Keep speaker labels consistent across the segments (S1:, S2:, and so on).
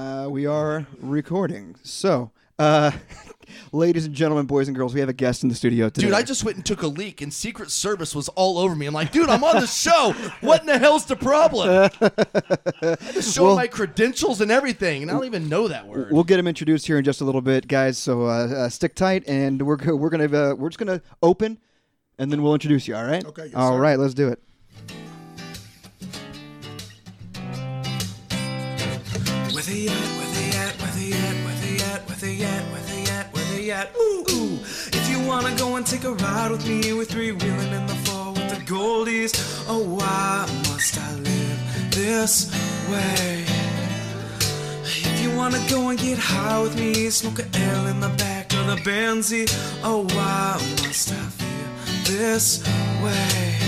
S1: Uh, we are recording. So, uh, ladies and gentlemen, boys and girls, we have a guest in the studio today.
S2: Dude, I just went and took a leak, and Secret Service was all over me. I'm like, dude, I'm on the show. What in the hell's the problem? I just showed my credentials and everything, and I don't even know that word.
S1: We'll get him introduced here in just a little bit, guys. So uh, uh, stick tight, and we're go- we're gonna uh, we're just gonna open, and then we'll introduce you. All right?
S3: Okay, yes,
S1: All
S3: sir.
S1: right, Let's do it.
S4: Where they at? Where they at? Where they at? Where they at? Where they at? Where they at? Where they at? Ooh, ooh. If you wanna go and take a ride with me, we're three wheeling in the fall with the goldies. Oh, why must I live this way? If you wanna go and get high with me, smoke a L in the back of the Benzie. Oh, why must I feel this way?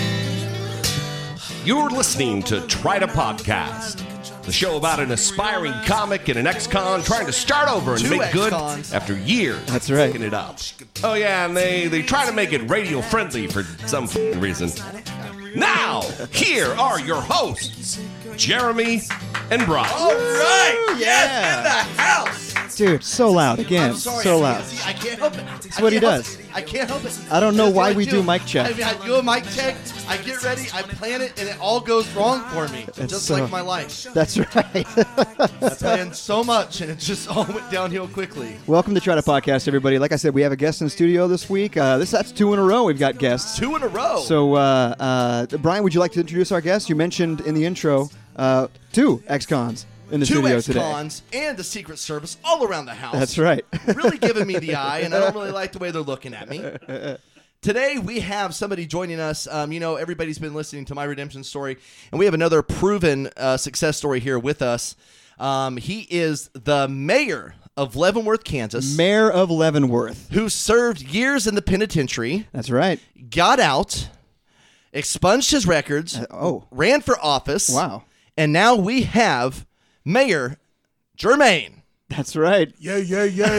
S5: You're listening to Try to Podcast, the show about an aspiring comic and an ex-con trying to start over and
S2: Two
S5: make good
S2: ex-cons.
S5: after years.
S1: That's right.
S5: Picking it up. Oh yeah, and they they try to make it radio friendly for some f***ing reason. Now here are your hosts, Jeremy and Brian.
S2: All right, yes, in the house.
S1: Dude, so loud again.
S2: I'm sorry,
S1: so
S2: I-
S1: loud.
S2: see, I can't help it. That's
S1: uh, what he does.
S2: I can't help it.
S1: I don't know
S2: That's
S1: why
S2: what I
S1: we do mic check.
S2: I, mean, I do a mic check. I get ready. I plan it, and it all goes wrong for me, just
S1: so-
S2: like my life.
S1: That's right.
S2: I planned so much, and it just all went downhill quickly.
S1: Welcome to Try to Podcast, everybody. Like I said, we have a guest in the studio this week. Uh, this that's two in a row. We've got guests.
S2: Two in a row.
S1: So, uh, uh, Brian, would you like to introduce our guest? You mentioned in the intro uh, two ex-cons in the
S2: two
S1: studio
S2: ex
S1: today.
S2: cons and the Secret Service all around the house.
S1: That's right.
S2: really giving me the eye, and I don't really like the way they're looking at me. Today we have somebody joining us. Um, you know, everybody's been listening to my redemption story, and we have another proven uh, success story here with us. Um, he is the mayor of Leavenworth, Kansas,
S1: Mayor of Leavenworth.
S2: who served years in the penitentiary,
S1: That's right.
S2: got out, expunged his records,
S1: oh.
S2: ran for office.
S1: Wow.
S2: And now we have Mayor Germain.
S1: That's right.
S3: Yeah, yeah, yeah.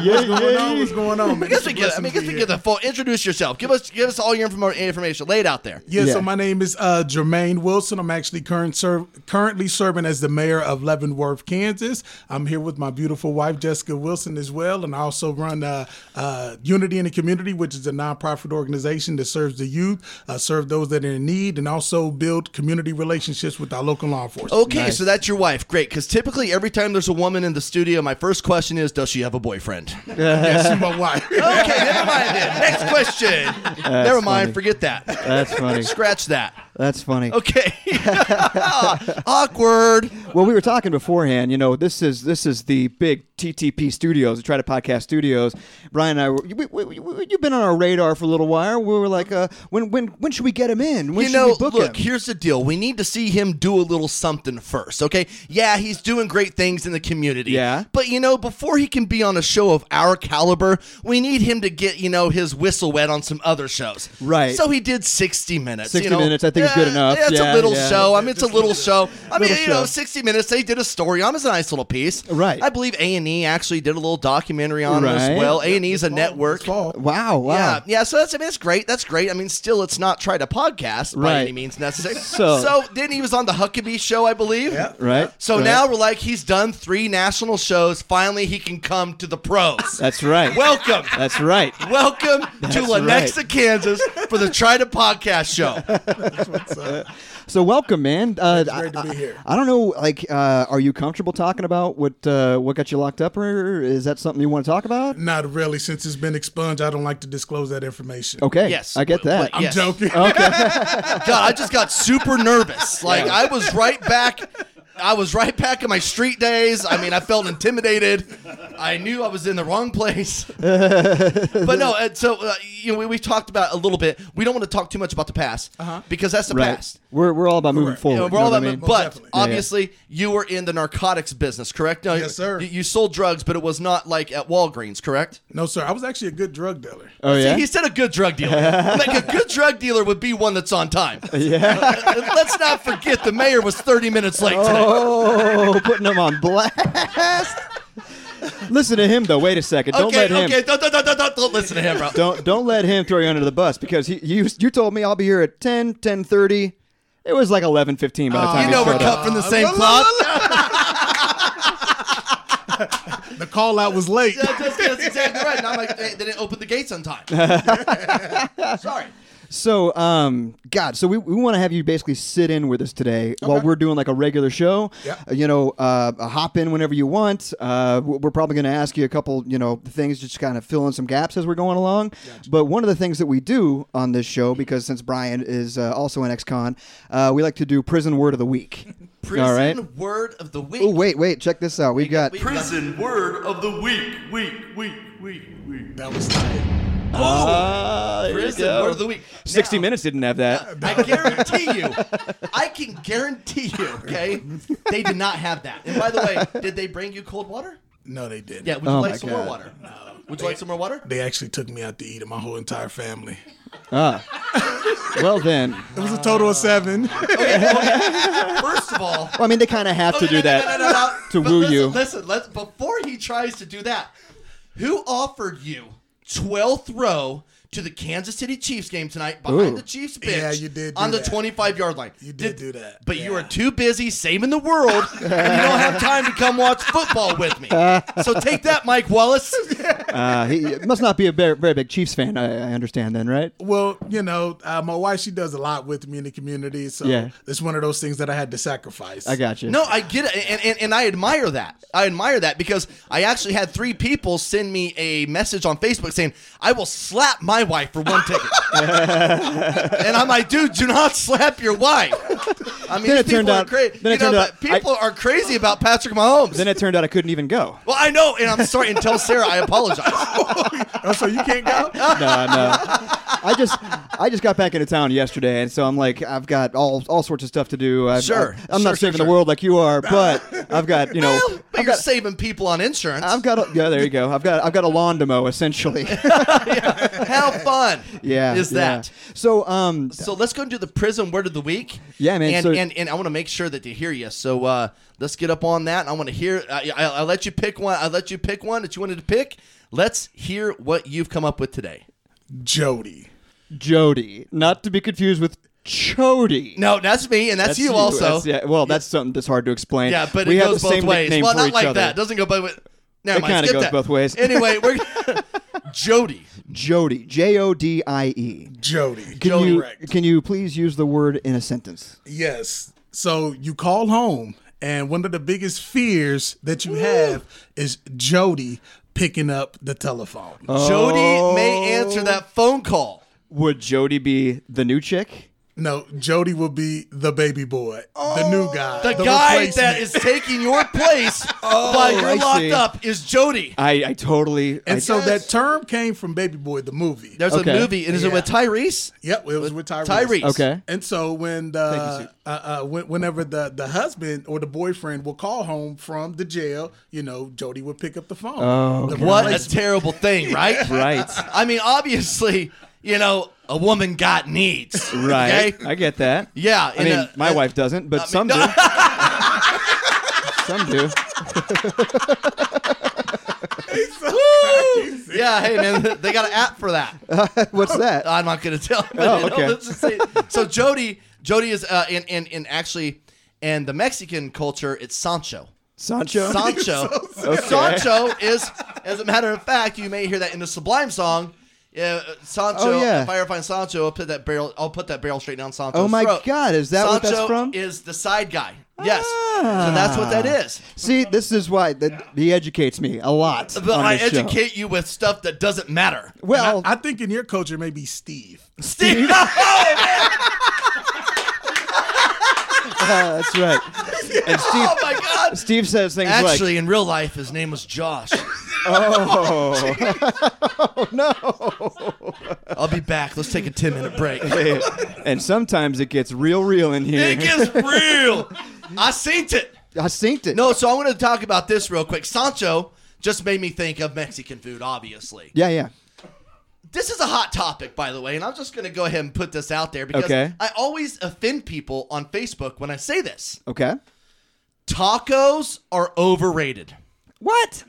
S1: yeah,
S3: What's going
S1: yeah.
S3: on? What's going on? Man?
S2: I guess we get. I mean, I guess we get the full. Introduce yourself. Give us. Give us all your inform- information. Lay it out there.
S3: Yeah,
S1: Yeah.
S3: so my name is uh, Jermaine Wilson. I'm actually current serv- currently serving as the mayor of Leavenworth, Kansas. I'm here with my beautiful wife, Jessica Wilson, as well. And I also run uh, uh, Unity in the Community, which is a nonprofit organization that serves the youth, uh, serve those that are in need, and also build community relationships with our local law enforcement.
S2: Okay, so that's your wife. Great, because typically every time there's a woman in the studio, my first question is, does she have a boyfriend? okay,
S3: Yes, my wife.
S2: never mind then. Next question. never mind.
S1: funny.
S2: Forget that.
S1: That's funny.
S2: Scratch that.
S1: That's funny.
S2: Okay. Awkward.
S1: Well, we were talking beforehand. You know, this is this is the big TTP Studios, the Try to Podcast Studios. Brian and I, were, we, we, we- you've been on our radar for a little while. We were like, uh, when when when should we get him in? When
S2: you
S1: should
S2: know,
S1: we book
S2: look,
S1: him?
S2: here's the deal. We need to see him do a little something first, okay? Yeah, he's doing great things in the community.
S1: Yeah.
S2: But, you know, before he can be on a show of our caliber, we need him to get, you know, his whistle wet on some other shows.
S1: Right.
S2: So he did 60 Minutes.
S1: 60
S2: you know?
S1: Minutes, I think, is good enough.
S2: It's
S1: Yeah,
S2: a little
S1: yeah.
S2: show. I mean, it's a little show. I mean,
S1: Little
S2: you know,
S1: show.
S2: 60 Minutes, they did a story on it. It's a nice little piece.
S1: Right.
S2: I believe A&E actually did a little documentary on it
S1: Right.
S2: as well. A&E is a network.
S3: Fall.
S1: Wow, wow.
S2: Yeah, yeah. So that's I mean, it's great. That's great. I mean, still, it's not try to podcast by
S1: Right.
S2: any means necessary.
S1: So-
S2: So, then he was on the Huckabee show, I believe.
S3: Yeah.
S1: Right.
S2: So
S1: Right.
S2: now we're like, he's done three national shows. Finally, he can come to the pros.
S1: That's right.
S2: welcome,
S1: That's right.
S2: welcome to
S1: right.
S2: Lenexa, Kansas, for the Try to Podcast show.
S1: So welcome, man. Uh, it's
S3: great to be here.
S1: I, I don't know. Like, uh, are you comfortable talking about what uh, what got you locked up, or is that something you want to talk about?
S3: Not really. Since it's been expunged, I don't like to disclose that information.
S1: Okay.
S2: Yes.
S1: I get
S2: W-
S1: that.
S2: w-
S3: I'm
S2: Yes.
S3: joking.
S2: God, I just got super nervous. Like I was right back. I was right back in my street days. I mean, I felt intimidated. I knew I was in the wrong place. but no, uh, so uh, you know, we, we talked about a little bit. We don't want to talk too much about the past because that's the
S1: Uh-huh. right.
S2: past.
S1: We're we're all about moving
S3: Correct.
S1: forward.
S2: You know, we're
S1: you know
S2: all
S1: what
S2: about,
S1: I mean?
S2: but
S3: definitely.
S1: yeah.
S2: obviously you were in the narcotics business, correct? No,
S3: Yes, sir.
S2: You, you sold drugs, but it was not like at Walgreens, correct?
S3: No, sir. I was actually a good drug dealer.
S1: Oh yeah.
S2: See, he said a good drug dealer. like a good drug dealer would be one that's on time. Yeah. Let's not forget the mayor was 30 minutes late today.
S1: Oh, putting him on blast. Listen to him though. Wait a second. Don't
S2: okay,
S1: let him.
S2: okay, don't, don't, don't, don't, don't listen to him, bro.
S1: Don't don't let him throw you under the bus because he you you told me I'll be here at 10, 10.30. It
S2: Oh,
S1: was like eleven fifteen by the time
S2: you
S1: he
S2: know we're
S1: showed up.
S2: cut from the same cloth.
S3: The call out was late.
S2: Yeah, that's, that's exactly right. And I'm like, they, they didn't open the gates on time. Sorry.
S1: So, um, God, so we, we want to have you basically sit in with us today while we're doing like a regular show.
S3: Yeah.
S1: Uh, you know, uh, uh, hop in whenever you want. Uh, w- we're probably going to ask you a couple, you know, things just kind of fill in some gaps as we're going along. But one of the things that we do on this show, because since Brian is uh, also an ex-con, uh, we like to do prison word of the week.
S2: Prison
S1: All right.
S2: word of the week.
S1: Oh, wait, wait, check this out. We've got.
S2: we-
S6: Prison word of the week, week, week, week, week.
S3: That was tight.
S1: Ah, there you
S2: Prison
S1: go.
S2: word of the week.
S1: 60
S2: Now,
S1: Minutes didn't have that.
S2: I guarantee you, I can guarantee you, okay? They did not have that. And by the way, did they bring you cold water?
S3: No, they didn't.
S2: Yeah, would you
S1: Oh my
S2: like some
S1: God.
S2: more water? No. Would you like some more water?
S3: They actually took me out to eat, and my whole entire family.
S1: Well, then. Well,
S3: It was a total of seven.
S2: First of all,
S1: I mean, they kind of have to
S2: no,
S1: do
S2: no, no,
S1: that
S2: no, no, no, no.
S1: to
S2: But
S1: woo
S2: listen,
S1: you.
S2: Listen, let's, before he tries to do that, who offered you 12th row to the Kansas City Chiefs game tonight behind
S1: Ooh.
S2: the Chiefs bench
S3: Yeah, you did do
S2: on the
S3: that.
S2: 25 yard line?
S3: You did do that.
S2: But you
S3: Yeah.
S2: are too busy saving the world and you don't have time to come watch football with me. So take that, Mike Wallace.
S1: Uh, he he must not be a very, very big Chiefs fan. I, I understand then, right?
S3: Well, you know, uh, my wife she does a lot with me in the community, so
S1: Yeah.
S3: it's one of those things that I had to sacrifice.
S1: I got you.
S2: No, I get it, and, and, and I admire that. I admire that because I actually had three people send me a message on Facebook saying, "I will slap my wife for one ticket," and I'm like, "Dude, do not slap your wife." I mean,
S1: Then
S2: these
S1: it turned
S2: people are
S1: out-
S2: crazy.
S1: then it turned out-
S2: people are crazy about Patrick Mahomes.
S1: Then it turned out I couldn't even go.
S2: well, I know, and I'm sorry, and tell Sarah I apologize.
S3: Oh, so you can't go?
S1: No, no. I just I just got back into town yesterday, and so I'm like I've got all all sorts of stuff to do. I've,
S2: Sure,
S1: I, am
S2: sure, sure,
S1: not saving
S2: sure.
S1: the world like you are, but I've got you know
S2: but
S1: I've
S2: you're
S1: got.
S2: saving people on insurance.
S1: I've got a, yeah, there you go. I've got I've got a lawn to mow essentially.
S2: How fun
S1: Yeah,
S2: is
S1: yeah.
S2: that?
S1: So um,
S2: So let's go and do the prison word of the week.
S1: Yeah, man,
S2: And
S1: so-
S2: and, and I want to make sure that they hear you. So uh, let's get up on that. I want to hear. I, I, I let you pick one. I let you pick one that you wanted to pick. Let's hear what you've come up with today.
S3: Jody.
S1: Jody, not to be confused with Chody.
S2: No, that's me, and that's, you, also.
S1: That's- yeah, well, that's something that's hard to explain.
S2: Yeah, but
S1: we
S2: it
S1: have
S2: goes
S1: the same
S2: both ways.
S1: nickname
S2: Well,
S1: for
S2: not
S1: each
S2: like
S1: other.
S2: that. Doesn't go both ways. Never
S1: It
S2: mind,
S1: kinda
S2: skip
S1: goes
S2: that.
S1: both ways.
S2: Anyway, we're Jody.
S1: Jody, J O D I E.
S3: Jody.
S1: Can
S3: Jody.
S1: you
S3: Correct.
S1: can you please use the word in a sentence?
S3: Yes. So you call home, and one of the biggest fears that you have is Jody picking up the telephone.
S2: Oh. Jody may answer that
S1: Oh.
S2: phone call.
S1: Would Jody be the new chick?
S3: No, Jody will be the baby boy, the new guy,
S2: The, guy
S3: replacement.
S2: that is taking your place while you're
S1: Oh, I
S2: locked
S1: see.
S2: up is Jody.
S1: I, I totally.
S3: And
S1: I,
S3: so that term came from Baby Boy, the movie.
S2: There's
S1: Okay.
S2: a movie, and is it
S3: Yeah.
S2: with Tyrese?
S3: Yep, it was with Tyrese.
S2: Tyrese.
S1: okay.
S3: And so when
S1: you,
S3: the
S1: Sue.
S3: uh, uh, when- whenever the the husband or the boyfriend will call home from the jail, you know, Jody would pick up the phone. Oh,
S2: What a terrible thing, right?
S1: Right.
S2: I mean, obviously, you know, a woman got needs.
S1: Right.
S2: Okay?
S1: I get that.
S2: Yeah.
S1: I
S2: and,
S1: mean,
S2: uh,
S1: my
S2: uh,
S1: wife doesn't, but some do. some do.
S2: Woo! Yeah, hey man, they got an app for that.
S1: What's that?
S2: I'm not gonna tell. But
S1: Oh,
S2: you know,
S1: okay.
S2: let's just say- so Jody, Jody is uh, in in in actually, in the Mexican culture, it's Sancho.
S1: Sancho.
S2: Sancho.
S1: Okay.
S2: Sancho is, as a matter of fact, you may hear that in the Sublime song. Yeah, uh, Sancho.
S1: Oh, yeah.
S2: If I ever find Sancho, I'll put that barrel. I'll put that barrel straight down Sancho's
S1: Oh, my
S2: throat.
S1: God, is that
S2: Sancho
S1: what that's from? Ah.
S2: Is the side guy? Yes. So that's what that is.
S1: See, this is why that he educates me a lot.
S2: But
S1: on
S2: I
S1: this show.
S2: educate you with stuff that doesn't matter.
S1: Well,
S3: I think in your culture maybe Steve.
S2: Steve, oh,
S1: uh, that's right. And Steve,
S2: oh my God.
S1: Steve says things
S2: Actually, in real life, his name was Josh.
S1: Oh.
S2: I'll be back. Let's take a ten minute break.
S1: like, and sometimes it gets real, real in here.
S2: It gets real. I seen it.
S1: I synced it.
S2: No, so I want to talk about this real quick. Sancho just made me think of Mexican food, obviously.
S1: Yeah, yeah.
S2: This is a hot topic, by the way, and I'm just going to go ahead and put this out there because
S1: Okay.
S2: I always offend people on Facebook when I say this.
S1: Okay.
S2: Tacos are overrated.
S1: What?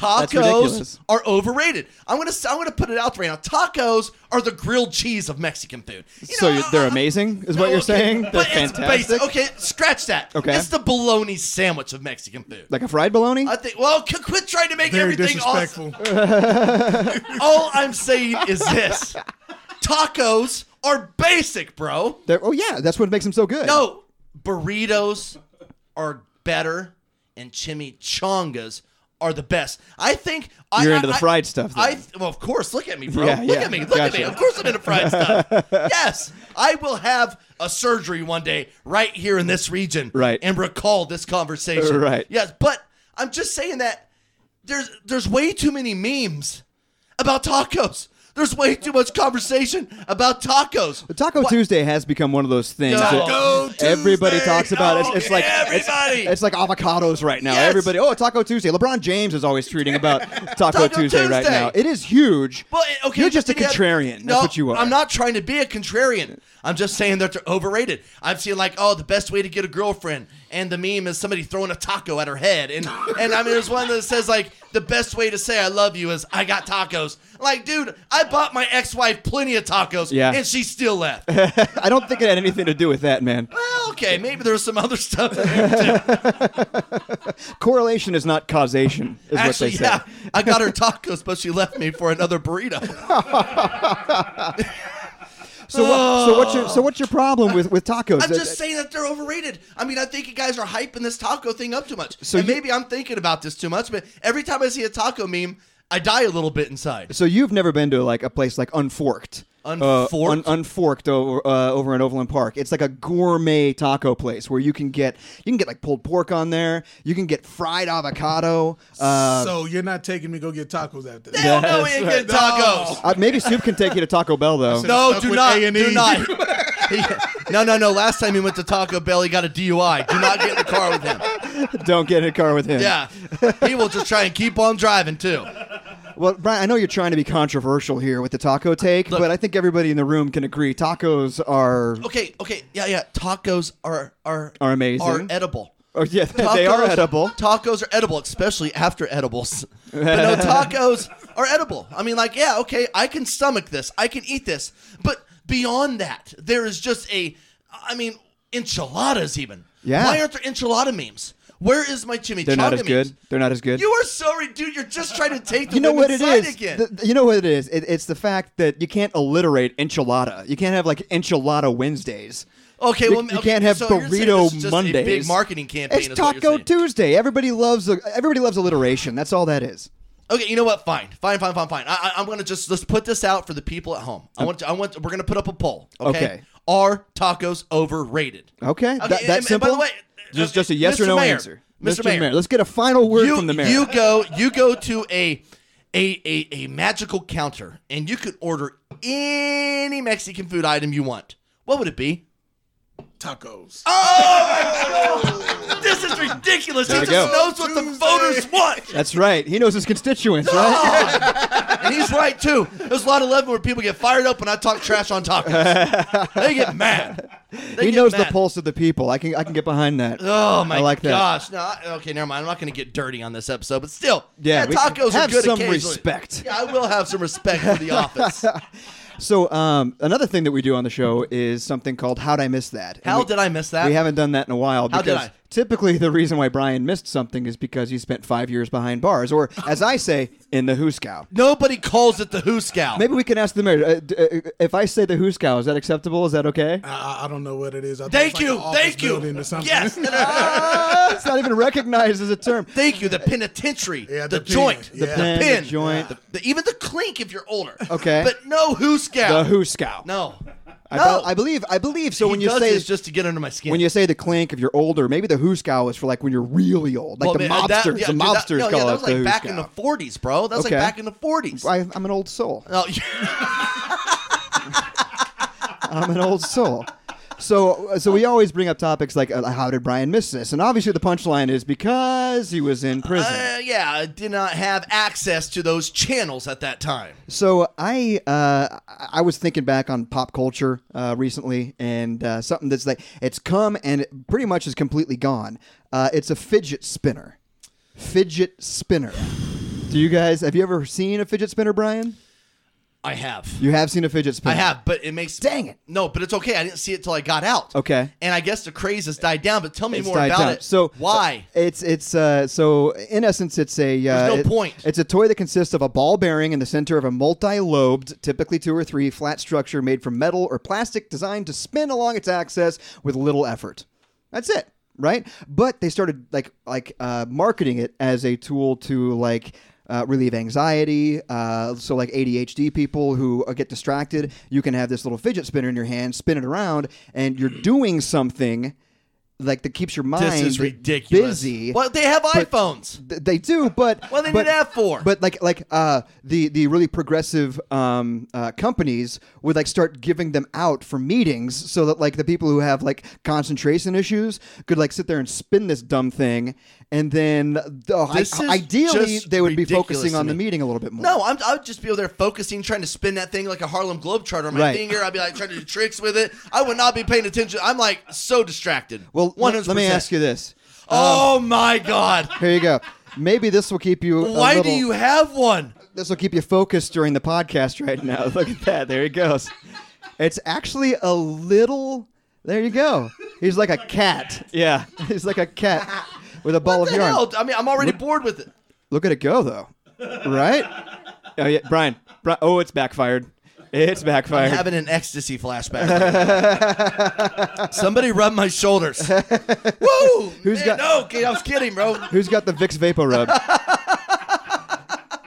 S1: That's
S2: tacos
S1: ridiculous.
S2: are overrated. I'm gonna s- I'm gonna put it out there right now. Tacos are the grilled cheese of Mexican food. You
S1: So
S2: know,
S1: you-
S2: I-
S1: they're
S2: I-
S1: amazing, is what you're
S2: okay,
S1: saying? They're
S2: but it's
S1: fantastic.
S2: basic. Okay, scratch that.
S1: Okay.
S2: it's the bologna sandwich of Mexican food.
S1: Like a fried bologna?
S2: I think. Well, c- quit trying to make
S3: Very
S2: everything awesome.
S3: disrespectful.
S2: All I'm saying is this: tacos are basic, bro.
S1: They're- oh yeah, that's what makes them so good.
S2: No, burritos are better, and chimichangas are the best. I think
S1: You're
S2: I,
S1: into the
S2: I-
S1: fried stuff, then.
S2: I well, of course. Look at me, bro.
S1: Yeah,
S2: look
S1: yeah,
S2: at me. Look at me.
S1: gotcha.
S2: Of course, I'm into fried stuff. yes, I will have a surgery one day right here in this region,
S1: Right.
S2: and recall this conversation,
S1: Right.
S2: Yes, but I'm just saying that there's there's way too many memes about tacos. There's way too much conversation about tacos.
S1: But Taco
S2: What-
S1: Tuesday has become one of those things
S2: Taco
S1: that everybody talks about. It's, it's like it's-
S2: everybody.
S1: It's, like avocados right now.
S2: Yes.
S1: Everybody, oh Taco Tuesday. LeBron James is always tweeting about Taco,
S2: Taco
S1: Tuesday, right
S2: Tuesday.
S1: now. It is huge.
S2: Well, it- okay,
S1: you're just a
S2: but then you have-
S1: contrarian.
S2: No,
S1: That's what you are.
S2: I'm not trying to be a contrarian. I'm just saying that they're overrated. I've seen like, oh, the best way to get a girlfriend, and the meme is somebody throwing a taco at her head, and and I mean, there's one that says like, the best way to say I love you is I got tacos. Like, dude, I bought my ex-wife plenty of tacos,
S1: Yeah.
S2: and she still left.
S1: I don't think it had anything to do with that, man.
S2: well, okay, maybe there's some other stuff. In there too.
S1: Correlation is not causation, is
S2: Actually,
S1: what they
S2: yeah,
S1: say.
S2: I got her tacos, but she left me for another burrito.
S1: So, what, so what's your so what's your problem with with tacos?
S2: I'm just saying that they're overrated. I mean, I think you guys are hyping this taco thing up too much.
S1: So
S2: So
S1: you-
S2: maybe I'm thinking about this too much, but every time I see a taco meme, I die a little bit inside.
S1: So you've never been to like a place like Unforked. Uh,
S2: Unforked?
S1: un- unforked over uh, over in Overland Park. It's like a gourmet taco place where you can get you can get like pulled pork on there. You can get fried avocado. Uh,
S3: so you're not taking me to go get tacos after that.
S2: Hell no, we ain't getting tacos.
S1: uh, maybe Soup can take you to Taco Bell though.
S2: No,
S3: Stuck
S2: do
S3: with
S2: not,
S3: A&E.
S2: do not. no, no, no. Last time he went to Taco Bell, he got a DUI. Do not get in the car with him.
S1: Don't get in a car with him.
S2: Yeah, he will just try and keep on driving too.
S1: Well, Brian, I know you're trying to be controversial here with the taco take, but I think everybody in the room can agree tacos are.
S2: Okay, okay, yeah, yeah. Tacos are are
S1: Are amazing.
S2: Are edible.
S1: Oh, yeah, they are
S2: Tacos-
S1: edible.
S2: Tacos are edible, especially after edibles. But no, tacos are edible. I mean, like, yeah, okay, I can stomach this. I can eat this. But beyond that, there is just a, I mean, enchiladas even.
S1: Yeah.
S2: Why aren't there enchilada memes? Where is my chimichanga
S1: They're not as
S2: memes?
S1: good. They're not as good.
S2: You are sorry, dude. You're just trying to take the
S1: you know what
S2: women's
S1: it
S2: side
S1: is.
S2: again.
S1: Th- you know what it is. It, it's the fact that you can't alliterate enchilada. You can't have like enchilada Wednesdays.
S2: okay,
S1: You,
S2: well,
S1: you
S2: okay,
S1: can't have
S2: so you're saying this
S1: burrito
S2: is just a
S1: Mondays.
S2: big marketing campaign.
S1: It's
S2: is what you're
S1: Taco
S2: saying.
S1: Tuesday. Everybody loves uh, everybody loves alliteration. That's all that is.
S2: Okay, you know what? Fine, fine, fine, fine, fine. I, I, I'm gonna just let's put this out for the people at home. I want, to, I want. We're gonna put up a poll. Okay.
S1: Okay.
S2: Are tacos overrated?
S1: Okay, that,
S2: and-
S1: that
S2: and
S1: simple.
S2: By the way,
S1: just
S2: uh,
S1: just a yes or
S2: Mr.
S1: no
S2: Mayor,
S1: answer,
S2: Mr. Mayor.
S1: Let's get a final word
S2: you,
S1: from the mayor.
S2: you go, you go to a, a a a magical counter, and you could order any Mexican food item you want. What would it be?
S3: Tacos.
S2: Uh, This is ridiculous. he
S1: There
S2: just
S1: we go.
S2: knows what the voters want.
S1: That's right. He knows his constituents,
S2: Oh,
S1: right?
S2: And he's right too. There's a lot of level where people get fired up when I talk trash on tacos. They get mad. They
S1: he
S2: get
S1: knows the
S2: mad.
S1: pulse of the people. I can I can get behind that.
S2: Oh my
S1: I like that.
S2: gosh! No, I, okay, never mind. I'm not going to get dirty on this episode, but still,
S1: Yeah, we-
S2: tacos
S1: have
S2: are good
S1: some
S2: occasionally.
S1: respect.
S2: Yeah, I will have some respect for the office.
S1: So um, another thing that we do on the show is something called "How'd I Miss That." And
S2: How
S1: we-
S2: did I miss that?
S1: We haven't done that in a while
S2: How
S1: because
S2: did I?
S1: typically the reason why Brian missed something is because he spent five years behind bars, or as I say, in the Hooskow.
S2: Nobody calls it the Hooskow.
S1: Maybe we can ask the mayor. Uh, d- uh, if I say the Hooskow, is that acceptable? Is that okay?
S3: I, I- I don't know what it is. I thought
S2: Thank
S3: it's like
S2: you,
S3: an office
S2: thank you.
S3: building Or something.
S2: Yes, Ah,
S1: it's not even recognized as a term.
S2: thank you. The penitentiary,
S3: Yeah,
S2: the,
S3: the pin,
S2: joint,
S3: yeah.
S2: the
S1: Pen, the
S2: pin,
S1: joint.
S2: the- the- even the clink if you're older.
S1: Okay.
S2: but no
S1: The
S2: Hooskow.
S1: Hooskow.
S2: no,
S1: I,
S2: no.
S1: be- I believe. I believe. So
S2: He
S1: when you
S2: does
S1: say
S2: this just to get under my skin.
S1: when you say the clink, if you're older, maybe the Hooskow is for like when you're really old, like
S2: Well,
S1: the
S2: man, that-
S1: mobsters.
S2: yeah,
S1: the
S2: dude, that-
S1: mobsters
S2: no, yeah,
S1: call
S2: that
S1: it
S2: was like
S1: the
S2: back
S1: Hooskow.
S2: in the 40s, bro. That was
S1: Okay.
S2: like back in the Oh, 40s.
S1: I, I'm an old soul.
S2: No,
S1: I'm an old soul. So, so we always bring up topics like uh, how did Brian miss this? And obviously, the punchline is because he was in prison.
S2: Uh, yeah, I did not have access to those channels at that time.
S1: so I, uh, I I was thinking back on pop culture uh, recently, and uh, something that's like it's come and it pretty much is completely gone. Uh, it's a fidget spinner. Fidget spinner. Do you guys have you ever seen a fidget spinner, Brian?
S2: I have.
S1: You have seen a fidget
S2: I
S1: spinner.
S2: have, but it makes
S1: Dang it.
S2: No, but it's okay. I didn't see it till I got out.
S1: Okay.
S2: And I guess the craze has died down. But tell me
S1: It's
S2: more
S1: died
S2: about
S1: down.
S2: it.
S1: So uh,
S2: why?
S1: It's it's uh, so in essence, it's a uh,
S2: There's no
S1: it-
S2: point.
S1: It's a toy that consists of a ball bearing in the center of a multi-lobed, typically two or three, flat structure made from metal or plastic, designed to spin along its axis with little effort. That's it, right? But they started like like uh, marketing it as a tool to like. Uh, relieve anxiety. Uh, so, like ADHD people who uh, get distracted, you can have this little fidget spinner in your hand, spin it around, and you're doing something like that keeps your mind
S2: This is ridiculous.
S1: uh, busy.
S2: Well, they have
S1: But-
S2: iPhones.
S1: Th- they do, but
S2: What do they
S1: but,
S2: need that for?
S1: But like like uh the the really progressive um uh, companies would like start giving them out for meetings so that like the people who have like concentration issues could like sit there and spin this dumb thing and then the,
S2: This is
S1: ideally
S2: just
S1: they would be
S2: ridiculous
S1: focusing
S2: to
S1: on the
S2: me.
S1: meeting a little bit more.
S2: No, I'm, I would just be over there focusing, trying to spin that thing like a Harlem Globetrotter on my
S1: Right.
S2: finger. I'd be like trying to do tricks with it. I would not be paying attention. I'm like so distracted.
S1: Well, let
S2: one hundred.
S1: let me ask you this.
S2: Oh my God!
S1: Here you go. Maybe this will keep you. a
S2: Why do
S1: little-
S2: you have one?
S1: This will keep you focused during the podcast right now. Look at that. There he goes. It's actually a little. There you go. He's like a cat. Yeah. He's like a cat with a ball
S2: What
S1: of
S2: the
S1: yarn.
S2: hell? I mean, I'm already bored with it.
S1: Look at it go, though. Right? Oh, yeah. Brian. Bri- Oh, it's backfired. It's backfired.
S2: I'm having an ecstasy flashback. Somebody rub my shoulders. Woo!
S1: Who's
S2: Man,
S1: got-
S2: no? kid, I was kidding, bro.
S1: Who's got the Vicks Vapor Rub?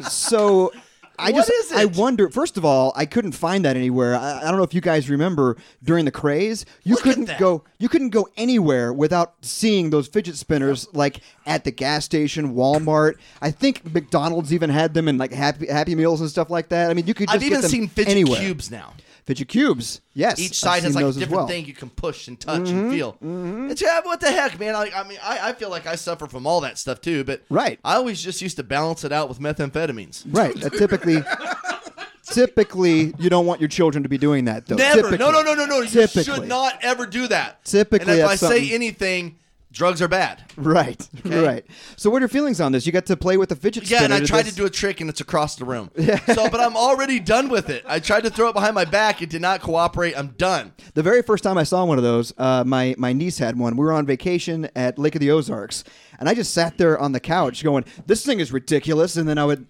S1: so I
S2: What
S1: just
S2: is it?
S1: I wonder. First of all, I couldn't find that anywhere. I, I don't know if you guys remember during the craze, you
S2: Look at
S1: couldn't
S2: that.
S1: go you couldn't go anywhere without seeing those fidget spinners like at the gas station, Walmart. I think McDonald's even had them in like Happy Happy Meals and stuff like that. I mean, you could just
S2: I've
S1: get
S2: even
S1: them
S2: seen fidget
S1: anywhere.
S2: cubes now.
S1: Fidget cubes. Yes.
S2: Each
S1: I've
S2: side
S1: seen
S2: has like a
S1: those as
S2: different
S1: well. Mm-hmm.
S2: thing you can push and touch and feel. It's yeah, what the heck, man? I, I mean, I, I feel like I suffer from all that stuff too. But
S1: Right.
S2: I always just used to balance it out with methamphetamines.
S1: Right. That typically typically you don't want your children to be doing that though.
S2: Never.
S1: Typically.
S2: No, no, no, no, no. You
S1: Typically.
S2: should not ever do that.
S1: Typically,
S2: and if
S1: that's
S2: I
S1: something-
S2: say anything, drugs are bad.
S1: Right, right. So, what are your feelings on this? You got to play with the fidget
S2: Yeah,
S1: spinner.
S2: and I tried
S1: this-
S2: to do a trick, and it's across the room. So, but I'm already done with it. I tried to throw it behind my back. It did not cooperate. I'm done.
S1: The very first time I saw one of those, uh, my my niece had one. We were on vacation at Lake of the Ozarks, and I just sat there on the couch going, "This thing is ridiculous." And then I would.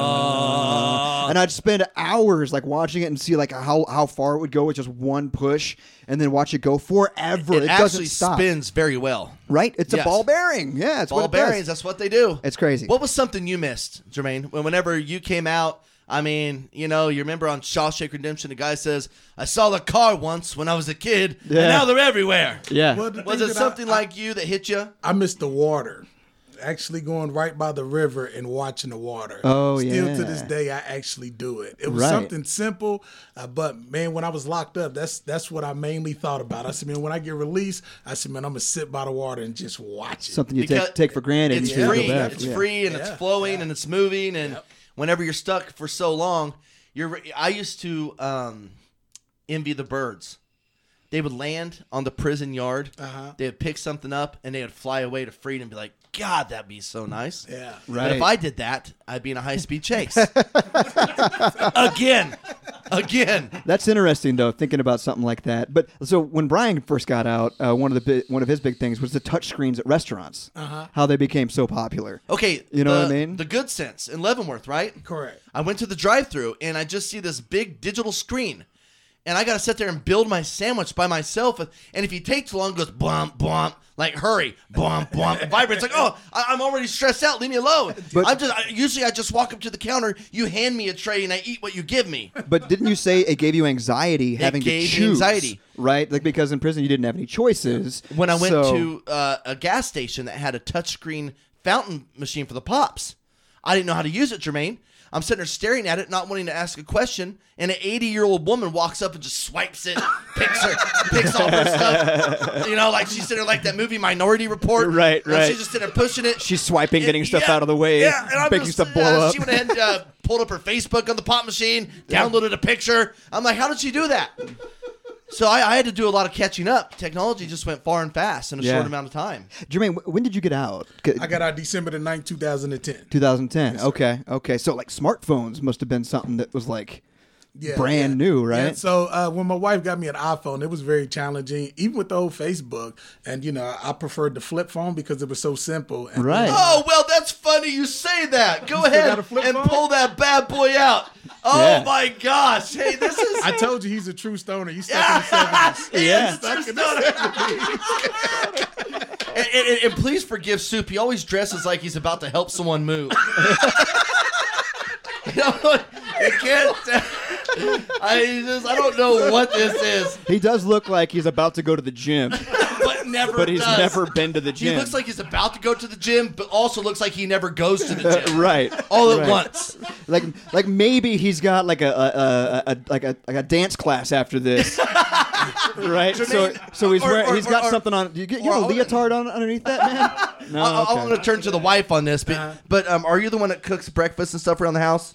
S1: Uh, and I'd spend hours like watching it and see like how, how far it would go with just one push, and then watch it go forever. It,
S2: it
S1: doesn't
S2: actually
S1: stop,
S2: spins very well.
S1: right? It's a
S2: Yes.
S1: ball bearing. Yeah, it's what
S2: Ball
S1: it does.
S2: bearings. That's what they do.
S1: It's crazy.
S2: What was something you missed, Jermaine? When whenever you came out, I mean, you know, you remember on Shawshank Redemption, the guy says, "I saw the car once when I was a kid,
S1: Yeah.
S2: and now they're everywhere."
S1: Yeah,
S3: Well, the
S2: Was
S3: thing
S2: it
S3: that I-
S2: something
S3: I-
S2: like you that hit you?
S3: I missed the water. Actually, going right by the river and watching the water.
S1: Oh,
S3: Still
S1: yeah.
S3: to this day, I actually do it. It was
S1: Right.
S3: something simple, uh, but man, when I was locked up, that's that's what I mainly thought about. I said, man, when I get released, I said, man, I'm gonna sit by the water and just watch it.
S1: something you
S2: Because
S1: take take for granted.
S2: It's
S1: until you go
S2: free.
S1: back.
S2: It's
S1: Yeah.
S2: free and it's
S3: Yeah.
S2: flowing and it's moving. And whenever you're stuck for so long, you're. I used to um, envy the birds. They would land on the prison yard.
S3: Uh-huh.
S2: They would pick something up and they would fly away to freedom. and Be like, God, that'd be so nice.
S3: Yeah.
S2: But if
S1: Right.
S2: I did that, I'd be in a high speed chase again, again.
S1: That's interesting, though, thinking about something like that. But so when Brian first got out, uh, one of the bi- one of his big things was the touch screens at restaurants. Uh-huh. How they became so popular.
S2: Okay,
S1: You know what I
S2: the-
S1: mean?
S2: The good sense in Leavenworth, right?
S3: Correct.
S2: I went to the drive-through and I just see this big digital screen, and I gotta sit there and build my sandwich by myself. And if you take too long, it goes blomp blomp, like hurry, blomp blomp, It vibrates like oh, I- I'm already stressed out. Leave me alone.
S1: But-
S2: I'm just I, usually I just walk up to the counter, you hand me a tray, and I eat what you give me.
S1: But didn't you say it gave you anxiety having
S2: gave
S1: to
S2: me
S1: choose?
S2: anxiety.
S1: right? Like because in prison you didn't have any choices.
S2: when I went
S1: so-
S2: to uh, a gas station that had a touchscreen fountain machine for the pops. I didn't know how to use it, Jermaine. I'm sitting there staring at it, not wanting to ask a question, and an 80 year old woman walks up and just swipes it, picks her, picks all her stuff. You know, like she's sitting there like that movie Minority Report.
S1: Right,
S2: And
S1: right.
S2: She's just sitting there pushing it.
S1: she's swiping, getting
S2: Yeah,
S1: stuff out of the way,
S2: Yeah, and I'm
S1: making
S2: just-
S1: stuff blow
S2: uh,
S1: up.
S2: She went ahead and uh, pulled up her Facebook on the pop machine, downloaded a picture. I'm like, how did she do that? So I, I had to do a lot of catching up. Technology just went far and fast in a
S1: Yeah.
S2: short amount of time.
S1: Jermaine, wh- when did you get out? C-
S3: I got out December the 9th, 2010.
S1: 2010. okay, okay. So like smartphones must have been something that was like
S3: Yeah,
S1: brand
S3: yeah.
S1: new,
S3: Yeah,
S1: right?
S3: so uh, when my wife got me an iPhone, it was very challenging, even with the old Facebook. And you know, I preferred the flip phone because it was so simple. And uh,
S1: Right.
S2: Oh well, that's funny you say that. Go
S3: got
S2: ahead
S3: a flip
S2: and
S3: phone?
S2: pull that bad boy out. Oh
S1: Yeah.
S2: my gosh! Hey, this is
S3: I told you he's a true stoner. He's stuck in the 70s.
S1: yeah.
S3: Stuck in the 70s.
S2: and, and- and- and please forgive Soup. He always dresses like he's about to help someone move. You know, I can't. I just I don't know what this is,
S1: He does look like he's about to go to the gym,
S2: but never.
S1: but he's
S2: does.
S1: never been to the
S2: He
S1: gym.
S2: looks like he's about to go to the gym, but also looks like he never goes to the gym.
S1: right.
S2: All at
S1: right.
S2: once.
S1: Like, like maybe he's got like a, a, a, a like a like a dance class after this, right? so, so he's
S2: or-
S1: wearing,
S2: or-
S1: he's got
S2: or- or-
S1: something on. You get you
S2: or-
S1: have a
S2: or-
S1: leotard on underneath that man? No,
S2: I, I, am
S1: Oh, okay. Uh-huh.
S2: going to turn to the wife on this, but but um, are you the one that cooks breakfast and stuff around the house?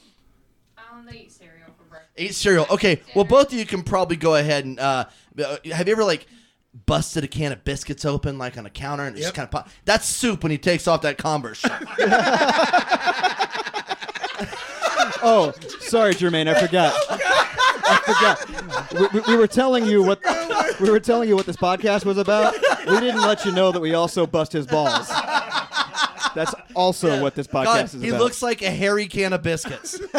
S7: Um, they eat cereal for breakfast.
S2: Eat cereal. Okay. Well, both of you can probably go ahead and. Uh, uh, have you ever like busted a can of biscuits open like on a counter and it just
S3: Yep.
S2: kind of pop? That's soup when he takes off that Converse shirt.
S1: Oh, sorry, Jermaine, I forgot. I forgot. We, we, we were telling you what we were telling you what this podcast was about. We didn't let you know that we also bust his balls. That's also what this podcast
S2: God,
S1: is
S2: he
S1: about.
S2: looks like a hairy can of biscuits.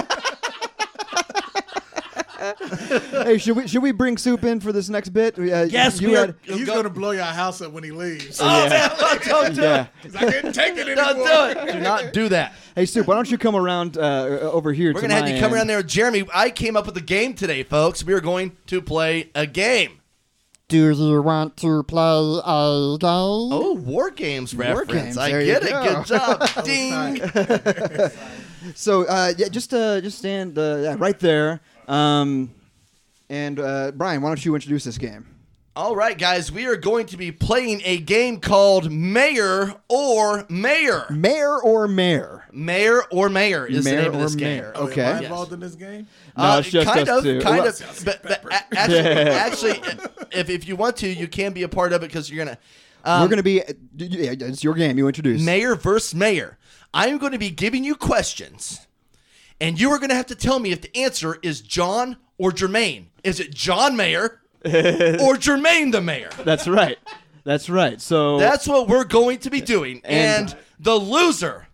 S1: hey, should we should we bring soup in for this next bit? Uh,
S2: yes,
S1: you
S2: we
S1: had,
S2: are.
S3: He's
S2: go-
S3: gonna blow your house up when he leaves.
S2: Oh, man, don't do
S1: Yeah.
S2: it.
S3: 'Cause I couldn't take it anymore.
S2: Don't do it. Do not do that.
S1: Hey, soup. Why don't you come around uh, over here?
S2: We're
S1: to
S2: gonna have
S1: my
S2: you come
S1: end?
S2: around there, with Jeremy. I came up with a game today, folks. We are going to play a game.
S8: Do you want to play a game?
S2: Oh, war games reference.
S1: games,
S2: I
S1: there you
S2: get it.
S1: go.
S2: Good job. Ding.
S1: So uh, yeah, just uh, just stand uh, yeah, right there. Um, and uh, Brian, why don't you introduce this game?
S2: All right, guys, we are going to be playing a game called Mayor or Mayor.
S1: Mayor or mayor?
S2: Mayor or Mayor is
S1: Mayor
S2: the name
S1: or
S2: of this game. Uh,
S1: mayor.
S3: Wait,
S1: Okay.
S3: Am I
S1: Yes.
S3: involved in this game?
S1: No, it's just
S2: kind
S1: us
S2: of,
S1: two.
S2: kind
S1: Well,
S2: of. But, but a- actually, actually, if, if you want to, you can be a part of it because you're gonna um,
S1: We're gonna be. uh, Yeah, it's your game. You introduce.
S2: Mayor versus Mayor. I'm going to be giving you questions, and you are going to have to tell me if the answer is John or Jermaine. Is it John Mayor or Jermaine the Mayor?
S1: That's right. That's right. So
S2: That's what we're going to be doing. And,
S1: And-
S2: the loser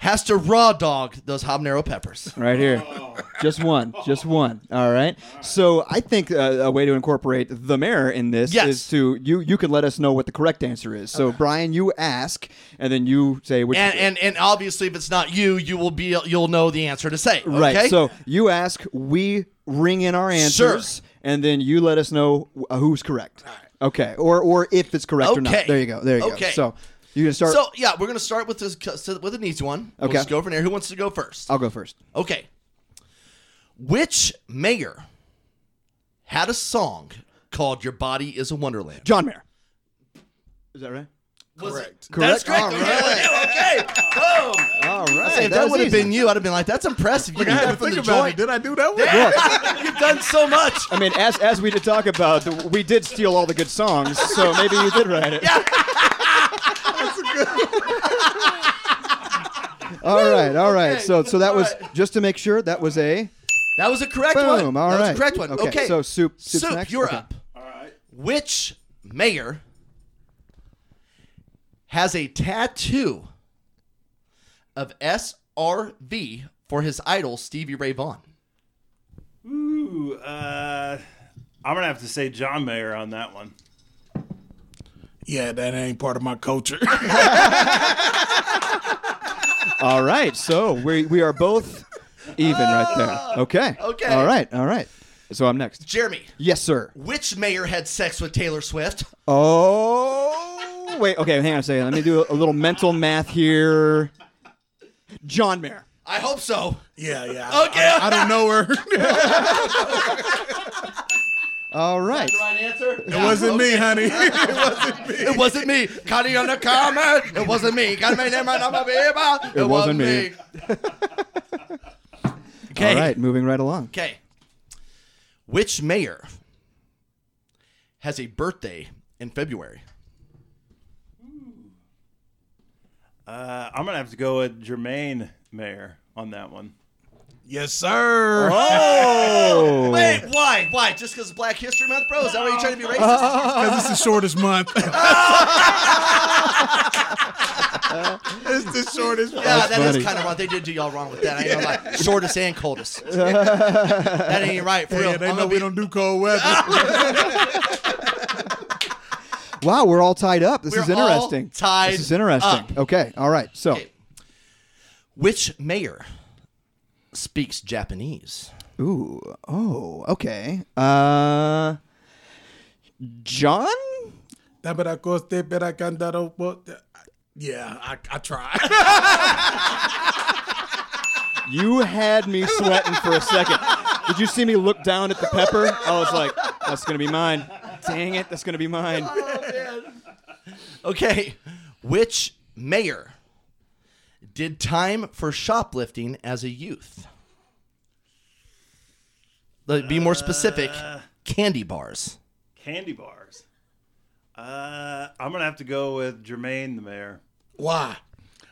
S2: has to raw dog those habanero peppers.
S1: right here, just one, just one. All right. So I think uh, a way to incorporate the mayor in this
S2: Yes.
S1: is to you. You can let us know what the correct answer is. So Brian, you ask, and then you say which.
S2: And, and and obviously, if it's not you, you will be you'll know the answer to say.
S1: right.
S2: okay?
S1: So you ask, we ring in our answers, and then you let us know wh- who's correct. Okay. Or or if it's correct or
S2: Okay.
S1: not. There you go. There you
S2: Okay.
S1: go. So you can start.
S2: So, yeah, we're gonna start with this so- with an easy one. We'll
S1: Okay.
S2: just go from there. Who wants to go first?
S1: I'll go first.
S2: Okay. Which mayor had a song called Your Body is a Wonderland?
S1: John Mayer. Is that right?
S2: correct. That's
S1: Correct.
S2: correct.
S1: All
S2: Okay, Okay. Boom.
S1: All right.
S2: If that would have been you, I'd have been like, that's impressive. You
S3: I
S2: did
S3: had
S2: that
S3: to
S2: from
S3: think
S2: the
S3: about it.
S2: joint.
S3: Did I do that one?
S2: You've done so much.
S1: I mean, as as we did talk about, th- we did steal all the good songs, so maybe you did write it. all right, all right. So so that was just to make sure that was a
S2: That was a correct
S1: boom.
S2: one.
S1: All
S2: that was a
S1: right.
S2: correct one.
S1: Okay,
S2: Okay.
S1: so Soup- Soup's
S2: Soup,
S1: next?
S2: you're
S1: Okay.
S2: up. All right. Which mayor has a tattoo of SRV for his idol, Stevie Ray Vaughan?
S6: Ooh, uh, I'm gonna have to say John Mayer on that one.
S3: Yeah, that ain't part of my culture.
S1: all right. So we we are both even right there. Ah. Okay.
S2: Okay.
S1: All right. All right. So I'm next.
S2: Jeremy,
S1: Yes, sir.
S2: which mayor had sex with Taylor Swift?
S1: Oh wait. Okay. Hang on a second. Let me do a, a little mental math here. John Mayer.
S2: I hope so.
S3: yeah, yeah. I-
S2: Okay.
S3: I, I don't know her. it
S1: All right.
S2: Right answer? It
S3: wasn't me, honey. it wasn't me.
S2: It wasn't me. Caught it on the comment. It wasn't me. Got my name on my paper. It,
S1: It wasn't me.
S2: okay.
S1: All right. Moving right along.
S2: Okay. Which mayor has a birthday in February?
S6: Uh, I'm gonna have to go with Jermaine Mayer on that one.
S3: Yes, sir.
S1: Oh,
S2: Wait, why? Why? Just because Black History Month, bro? Is that why you're trying to be racist?
S3: Because it's the shortest month. it's the shortest month.
S2: Yeah, that is
S1: funny.
S2: kind of what they did do y'all wrong with that. I ain't gonna lie. Shortest and coldest. that ain't right for real.
S3: Yeah, they
S2: I'm
S3: know
S2: gonna
S3: we
S2: be-
S3: don't do cold weather.
S1: wow, we're all tied up. This
S2: We're
S1: is
S2: all
S1: interesting.
S2: tied
S1: this is interesting.
S2: up.
S1: Okay, all right. So,
S2: Okay. Which mayor speaks Japanese?
S1: ooh, oh, okay. Uh, John.
S3: Tabaracoste, peracandaro, bo- Yeah, I, I tried.
S1: You had me sweating for a second. Did you see me look down at the pepper? I was like, that's going to be mine. Dang it, that's going to be mine.
S2: Okay. Which mayor did time for shoplifting as a youth? Like, Be more specific. Candy bars.
S6: Candy bars. Uh, I'm gonna have to go with Jermaine the Mayor.
S3: Why?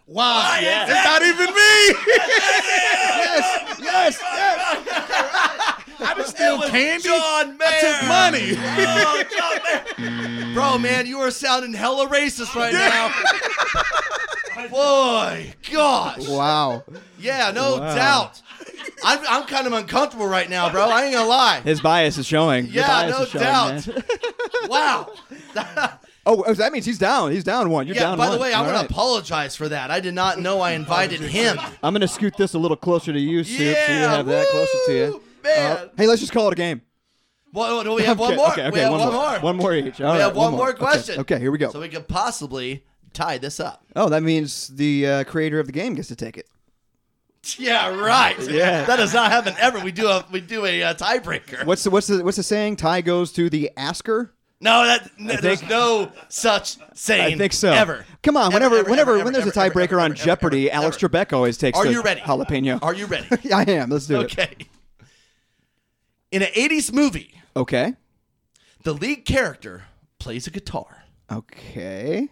S3: Why? It's not even me.
S1: Yes, yes, yes.
S3: I didn't steal candy.
S2: John Mayer.
S3: I took money.
S2: Bro, man, you are sounding hella racist right now. Boy, gosh.
S1: Wow.
S2: Yeah, no doubt. I'm, I'm kind of uncomfortable right now, bro. I ain't gonna lie.
S1: His bias is showing. Your
S2: Yeah,
S1: bias
S2: no
S1: is showing,
S2: doubt.
S1: man.
S2: Wow.
S1: Oh, that means he's down. He's down one. You're
S2: Yeah,
S1: down
S2: by
S1: one.
S2: the way, I
S1: All
S2: want to
S1: right. Oh,
S2: apologize for that. I did not know I invited him.
S1: I'm going to scoot this a little closer to you, Soup, so you
S2: Yeah,
S1: have that closer to you.
S2: woo, man.
S1: Uh, hey, let's just call it a game.
S2: Well, do we have one
S1: Okay,
S2: more?
S1: Okay, okay,
S2: we have
S1: one, more. One more each. All
S2: We
S1: right,
S2: have one more
S1: Okay,
S2: question.
S1: Okay, here we go.
S2: So we could possibly tie this up.
S1: oh, that means the uh, creator of the game gets to take it.
S2: Yeah, right.
S1: Yeah.
S2: That does not happen ever. We do a we do a uh, tiebreaker.
S1: What's the what's the what's the saying? Tie goes to the asker.
S2: No, that n- there's
S1: think-
S2: no such saying.
S1: I think so.
S2: Ever.
S1: Come on,
S2: Ever,
S1: whenever
S2: ever,
S1: whenever
S2: ever,
S1: when
S2: ever,
S1: there's a
S2: ever,
S1: tiebreaker
S2: ever,
S1: on
S2: ever, ever,
S1: Jeopardy,
S2: ever,
S1: Alex
S2: ever.
S1: Trebek always takes
S2: Are
S1: the
S2: you ready?
S1: jalapeno.
S2: Are you ready?
S1: I am. Let's do it.
S2: Okay. In an 80s movie,
S1: Okay.
S2: the lead character plays a guitar
S1: Okay.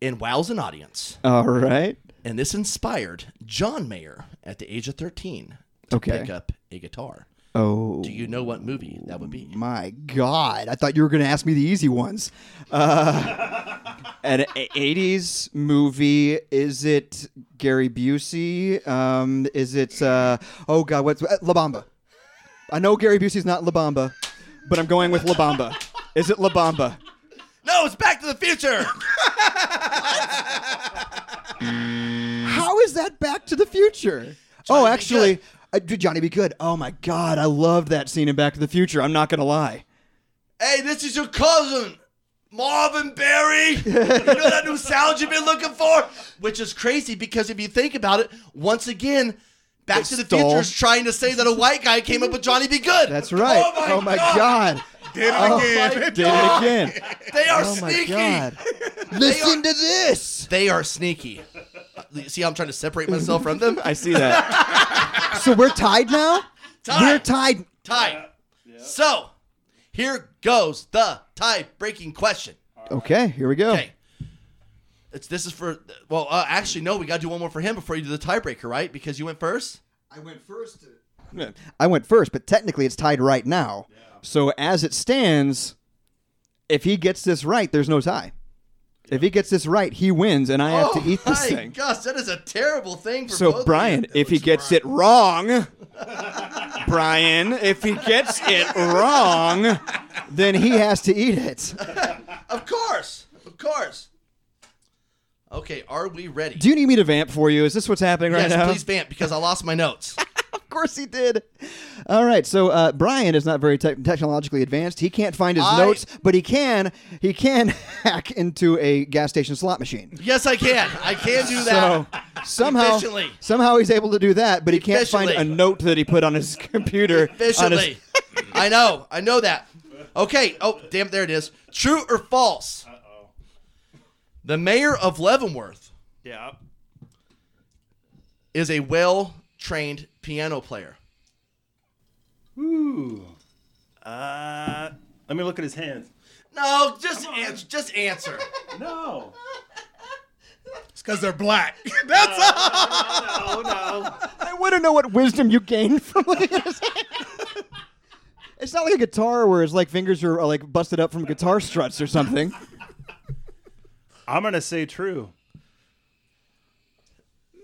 S2: and wows an audience.
S1: All right.
S2: And this inspired John Mayer at the age of 13 to
S1: Okay.
S2: pick up a guitar.
S1: Oh
S2: Do you know what movie that would be?
S1: my God! I thought you were going to ask me the easy ones. Uh, an a- '80s movie. Is it Gary Busey? Um, is it? Uh, oh God! What's uh, La Bamba? I know Gary Busey's not La Bamba, but I'm going with La Bamba. Is it La Bamba?
S2: No, it's Back to the Future.
S1: How is that Back to the Future? oh,
S2: Be
S1: actually,
S2: Good.
S1: uh, dude, Johnny Be Good. Oh my God, I love that scene in Back to the Future. I'm not gonna lie.
S2: hey, this is your cousin, Marvin Berry. you know that new sound you've been looking for? Which is crazy because if you think about it, once again, Back to the
S1: stole-
S2: Future is trying to say that a white guy came up with Johnny B. Good.
S1: That's right.
S2: Oh my,
S1: God.
S3: Did it
S2: Oh,
S3: again.
S2: my
S1: Did it again.
S2: They are
S1: Oh my
S2: sneaky.
S1: God. Listen to this.
S2: They are sneaky. Uh, See how I'm trying to separate myself from them?
S1: I see that. so we're tied now?
S2: Tied.
S1: We're tied.
S2: Tie. So, here goes the tie-breaking question.
S1: Okay, here we go.
S2: Okay. It's, this is for well, uh, actually no, we got to do one more for him before you do the tiebreaker, right? Because you went first.
S1: I went first, but technically it's tied right now. So as it stands, if he gets this right, there's no tie. If he gets this right, he wins, and I have to eat this
S2: Oh my
S1: thing.
S2: gosh, that is a terrible thing for both of
S1: So
S2: you.
S1: Brian, if he gets it wrong, Brian, if he gets it wrong, then he has to eat it.
S2: Of course, of course. Okay, are we ready?
S1: Do you need me to vamp for you? Is this what's happening right
S2: yes,
S1: now?
S2: please vamp because I lost my notes.
S1: Of course he did. All right, so uh, Brian is not very te- technologically advanced. He can't find his
S2: I-
S1: notes, but he can he can hack into a gas station slot machine.
S2: yes, I can. I can do
S1: So
S2: that.
S1: somehow
S2: Efficiently.
S1: somehow he's able to do that, but he can't find a
S2: Efficiently.
S1: note that he put on his computer. on his-
S2: efficiently. I know. I know that. Okay. Oh, damn. There it is. True or false? Uh-oh. The mayor of Leavenworth
S6: Yeah,
S2: is a well-trained piano player.
S6: Ooh. Uh, Let me look at his hands.
S2: No, just answer. Just answer.
S6: No.
S3: It's because they're black. That's all.
S6: Oh no.
S1: I want to know what wisdom you gained from looking at his It's not like a guitar where his like fingers are, are like busted up from guitar struts or something.
S6: I'm gonna say true.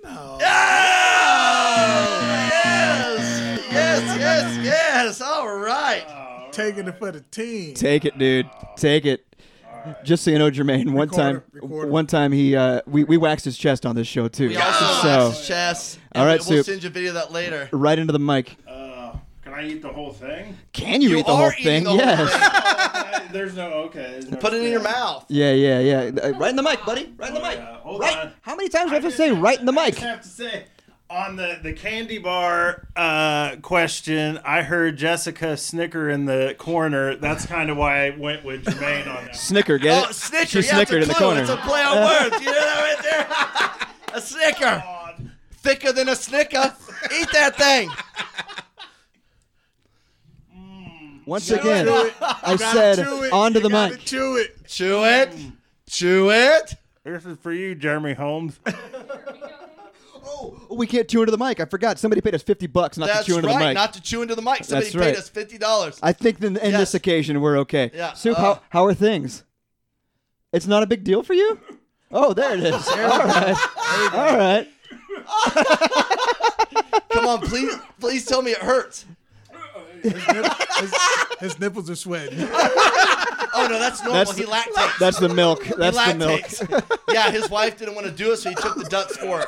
S2: Yes, yes, yes. All right.
S3: Taking it for the team.
S1: Take it, dude. Take it. Just so you know, Jermaine, one
S3: Recorder,
S1: time,
S3: recorder.
S1: one time he uh, we we waxed his chest on this show too.
S2: We also
S1: so
S2: so, chess.
S1: All right,
S2: we'll
S1: Soup.
S2: send you a video of that later.
S1: right into the mic.
S6: Can I eat the whole thing?
S1: Can you,
S2: You
S1: eat the
S2: are
S1: whole
S2: eating
S1: thing?
S2: the whole
S1: yes.
S2: thing.
S6: I- There's no okay. there's no-
S2: Put it in your mouth.
S1: Yeah, yeah, yeah. Uh, Right in the mic, buddy. Right in the
S6: Oh,
S1: mic.
S6: yeah. Hold
S1: right.
S6: on.
S1: How many times do I have to
S6: just
S1: say right in the
S6: I
S1: mic?
S6: just have to say on the the candy bar uh, question, I heard Jessica snicker in the corner. That's kind of why I went with Jermaine on that.
S1: Snicker, get
S2: Oh,
S1: it?
S2: snicker.
S1: She
S2: Yeah, it's a
S1: snickered in the
S2: clue.
S1: corner.
S2: It's a play on words. You know that right there? a snicker. Thicker than a snicker. Eat that thing.
S1: Once
S3: Gotta
S1: again,
S3: chew it.
S1: I
S3: Gotta
S1: said
S3: chew it.
S1: onto
S3: You
S1: the
S3: gotta
S1: mic.
S3: Chew it.
S2: Chew it. Chew it.
S6: This is for you, Jeremy Holmes.
S1: Oh, we can't chew into the mic. I forgot. Somebody paid us fifty bucks not
S2: That's
S1: to chew into
S2: right.
S1: the mic.
S2: Not to chew into the mic. Somebody
S1: That's
S2: paid
S1: right.
S2: us fifty dollars.
S1: I think then in
S2: Yes.
S1: this occasion we're okay.
S2: Yeah,
S1: Soup,
S2: uh,
S1: how how are things? It's not a big deal for you. Oh, there it is. All right. All right.
S2: Come on, please, please tell me it hurts.
S3: His, his nipples are sweating.
S2: Oh no, that's normal.
S1: That's
S2: he
S1: the-
S2: lactates.
S1: That's the milk. That's
S2: he
S1: the milk.
S2: lactates. yeah, his wife didn't want to do it, so he took the ducks for her.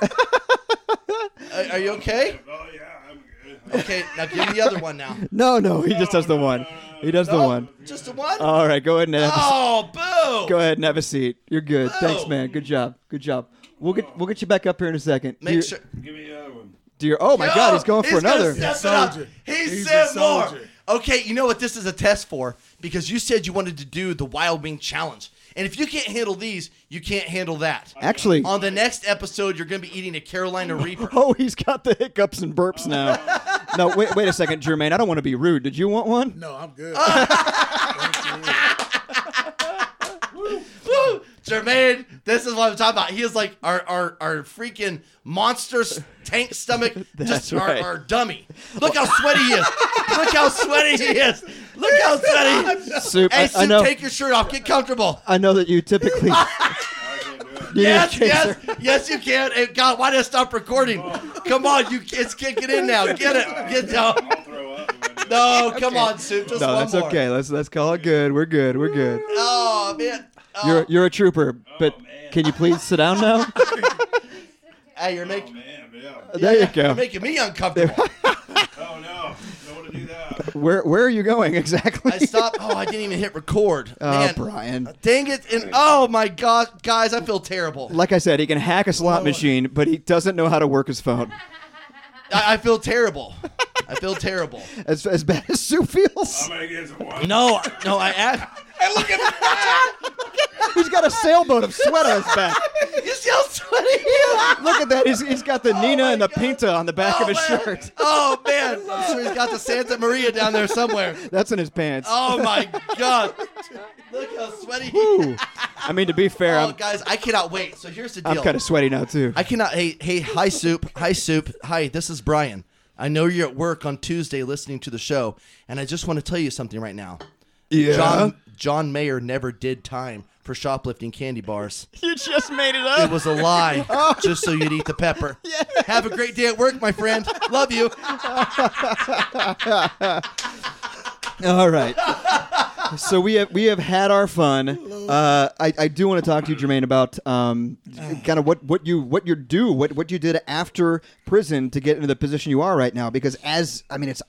S2: Are, are you okay?
S6: Oh yeah, I'm good.
S2: Okay, now give me the other one now.
S1: No, no, he just does the one. He does the
S2: Oh,
S1: one.
S2: Just the one?
S1: All right, go ahead and have a
S2: oh, boo!
S1: Go ahead and have a seat. You're good. Thanks,
S2: Oh.
S1: man. Good job. Good job. We'll get we'll get you back up here in a second.
S2: Make
S1: dear,
S2: sure.
S6: Give me the other one.
S1: dear. Oh my God, he's going for
S2: gonna
S1: another.
S2: step
S3: He's
S2: it up.
S3: soldier.
S2: He
S3: He's
S2: said
S3: a
S2: more.
S3: soldier.
S2: Okay, you know what this is a test for? Because you said you wanted to do the Wild Wing Challenge. And if you can't handle these, you can't handle that.
S1: Actually,
S2: On the next episode, you're going to be eating a Carolina Reaper.
S1: oh, he's got the hiccups and burps now. no, wait, wait a second, Jermaine. I don't want to be rude. Did you want one?
S3: No, I'm good.
S2: Woo! Jermaine, this is what I'm talking about. He is like our our, our freaking monster s- tank stomach, just
S1: That's
S2: our,
S1: right.
S2: our dummy. Look how sweaty he is. Look how sweaty he is. Look how sweaty. he is.
S1: Soup.
S2: Hey,
S1: I, I
S2: Sue,
S1: know.
S2: take your shirt off. Get comfortable.
S1: I know that you typically. You
S2: Yes,
S1: need a
S2: yes,
S1: chaser.
S2: yes, you can. Hey, God, why did I stop recording? Come on, you kids, kick it in now. Get it. Get down.
S6: Throw up.
S2: No, come on, Sue. Just
S1: No,
S2: one
S1: that's
S2: more.
S1: okay. Let's let's call it good. We're good. We're good.
S2: Oh man. Oh,
S1: You're you're a trooper, but can you please sit down now?
S2: hey, you're making
S6: Man, yeah.
S1: there you
S2: you're
S1: go.
S2: making me uncomfortable.
S6: Oh no, don't want to do that.
S1: Where where are you going exactly?
S2: I stopped. Oh, I didn't even hit record.
S1: Oh,
S2: Man,
S1: Brian.
S2: Dang it! And oh my god, guys, I feel terrible.
S1: Like I said, he can hack a slot machine, but he doesn't know how to work his phone.
S2: I, I feel terrible. I feel terrible.
S1: As, as bad as Sue
S2: Oh,
S1: feels.
S6: I'm gonna get some water.
S2: No, no, I asked. Hey, look at
S1: He's got a sailboat of sweat on his back.
S2: you see how sweaty he is?
S1: Look at that. He's, he's got the Nina and the Pinta on the back
S2: Oh,
S1: of his
S2: man.
S1: shirt.
S2: Oh man, I'm sure he's got the Santa Maria down there somewhere.
S1: That's in his pants.
S2: Oh my god, look how sweaty. He is.
S1: Ooh. I mean, to be fair,
S2: Oh,
S1: I'm,
S2: guys, I cannot wait. So here's the deal.
S1: I'm kind of sweaty now, too.
S2: I cannot. Hey, hey, hi, soup. Hi, soup. Hi, this is Brian. I know you're at work on Tuesday listening to the show, and I just want to tell you something right now.
S1: Yeah.
S2: John John Mayer never did time for shoplifting candy bars.
S1: You just made it
S2: It
S1: up. Oh.
S2: was a lie, just so you'd eat the pepper. Have a great day at work, my friend. Love you.
S1: All right. So we have we have had our fun. Uh, I, I do want to talk to you, Jermaine, about um, kind of what, what you what you do, what what you did after prison to get into the position you are right now. Because as I mean, it's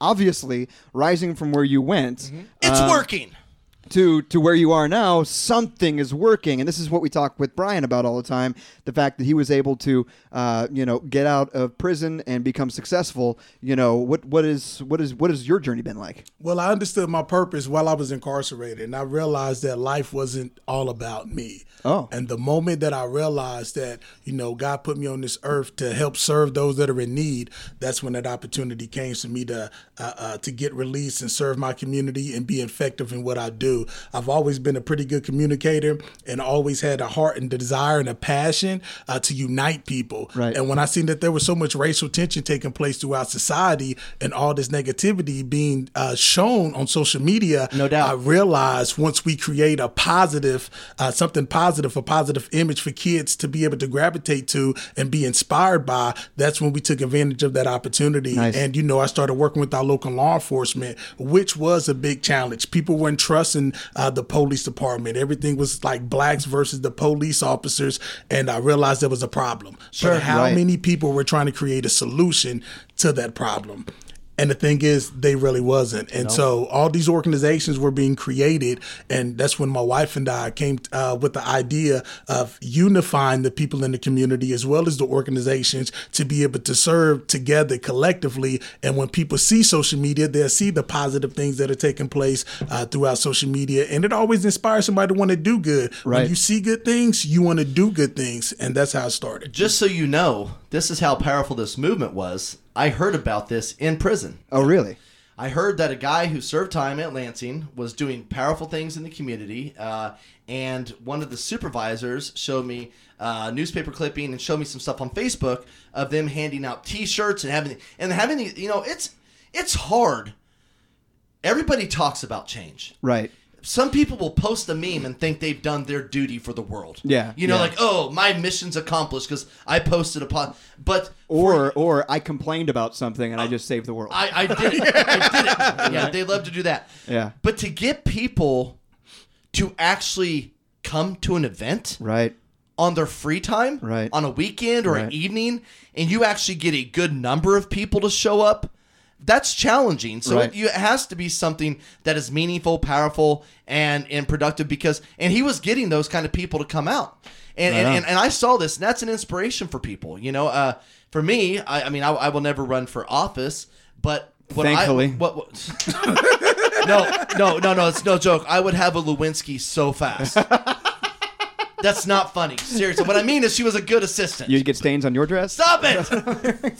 S1: obviously rising from where you went.
S2: It's
S1: um,
S2: working.
S1: to to where you are now, something is working, and this is what we talk with Brian about all the time: the fact that he was able to, uh, you know, get out of prison and become successful. You know, what what is what is what has your journey been like?
S3: Well, I understood my purpose while I was incarcerated, and I realized that life wasn't all about me.
S1: Oh.
S3: And the moment that I realized that, you know, God put me on this earth to help serve those that are in need, that's when that opportunity came to me to uh, uh, to get released and serve my community and be effective in what I do. I've always been a pretty good communicator and always had a heart and desire and a passion uh, to unite people.
S1: Right.
S3: And when I seen that there was so much racial tension taking place throughout society and all this negativity being uh, shown on social media,
S1: No doubt.
S3: I realized once we create a positive, uh, something positive, a positive image for kids to be able to gravitate to and be inspired by, that's when we took advantage of that opportunity.
S1: Nice.
S3: And, you know, I started working with our local law enforcement, which was a big challenge. People weren't trusting uh, the police department. Everything was like blacks versus the police officers. And I realized there was a problem. Sure. But how
S1: Right.
S3: many people were trying to create a solution to that problem? And the thing is, they really wasn't. And so all these organizations were being created. And that's when my wife and I came uh, with the idea of unifying the people in the community as well as the organizations to be able to serve together collectively. And when people see social media, they'll see the positive things that are taking place uh, throughout social media. And it always inspires somebody to want to do good.
S1: Right.
S3: When you see good things, you want to do good things. And that's how it started.
S2: Just so you know, this is how powerful this movement was. I heard about this in prison.
S1: Oh, really?
S2: I heard that a guy who served time at Lansing was doing powerful things in the community, uh, and one of the supervisors showed me uh, newspaper clipping and showed me some stuff on Facebook of them handing out T-shirts and having and having these- you know it's it's hard. Everybody talks about change.
S1: Right.
S2: Some people will post a meme and think they've done their duty for the world.
S1: Yeah,
S2: you know,
S1: yeah.
S2: like oh, my mission's accomplished because I posted a po-. But
S1: Or or I complained about something and I just saved the world.
S2: I, I did it. I did it. Yeah, they love to do that.
S1: Yeah.
S2: But to get people to actually come to an event
S1: right.
S2: on their free time,
S1: Right.
S2: on a weekend or
S1: Right.
S2: an evening, and you actually get a good number of people to show up, that's challenging. So
S1: Right.
S2: it, you, it has to be something that is meaningful, powerful, and and productive. Because and he was getting those kind of people to come out, and and, and, and I saw this, and that's an inspiration for people. You know, uh, for me, I, I mean, I, I will never run for office, but what
S1: Thankfully.
S2: I, what, what no, no, no, no. It's no joke. I would have a Lewinsky so fast. That's not funny. Seriously. What I mean is she was a good assistant.
S1: You get stains on your dress.
S2: Stop it.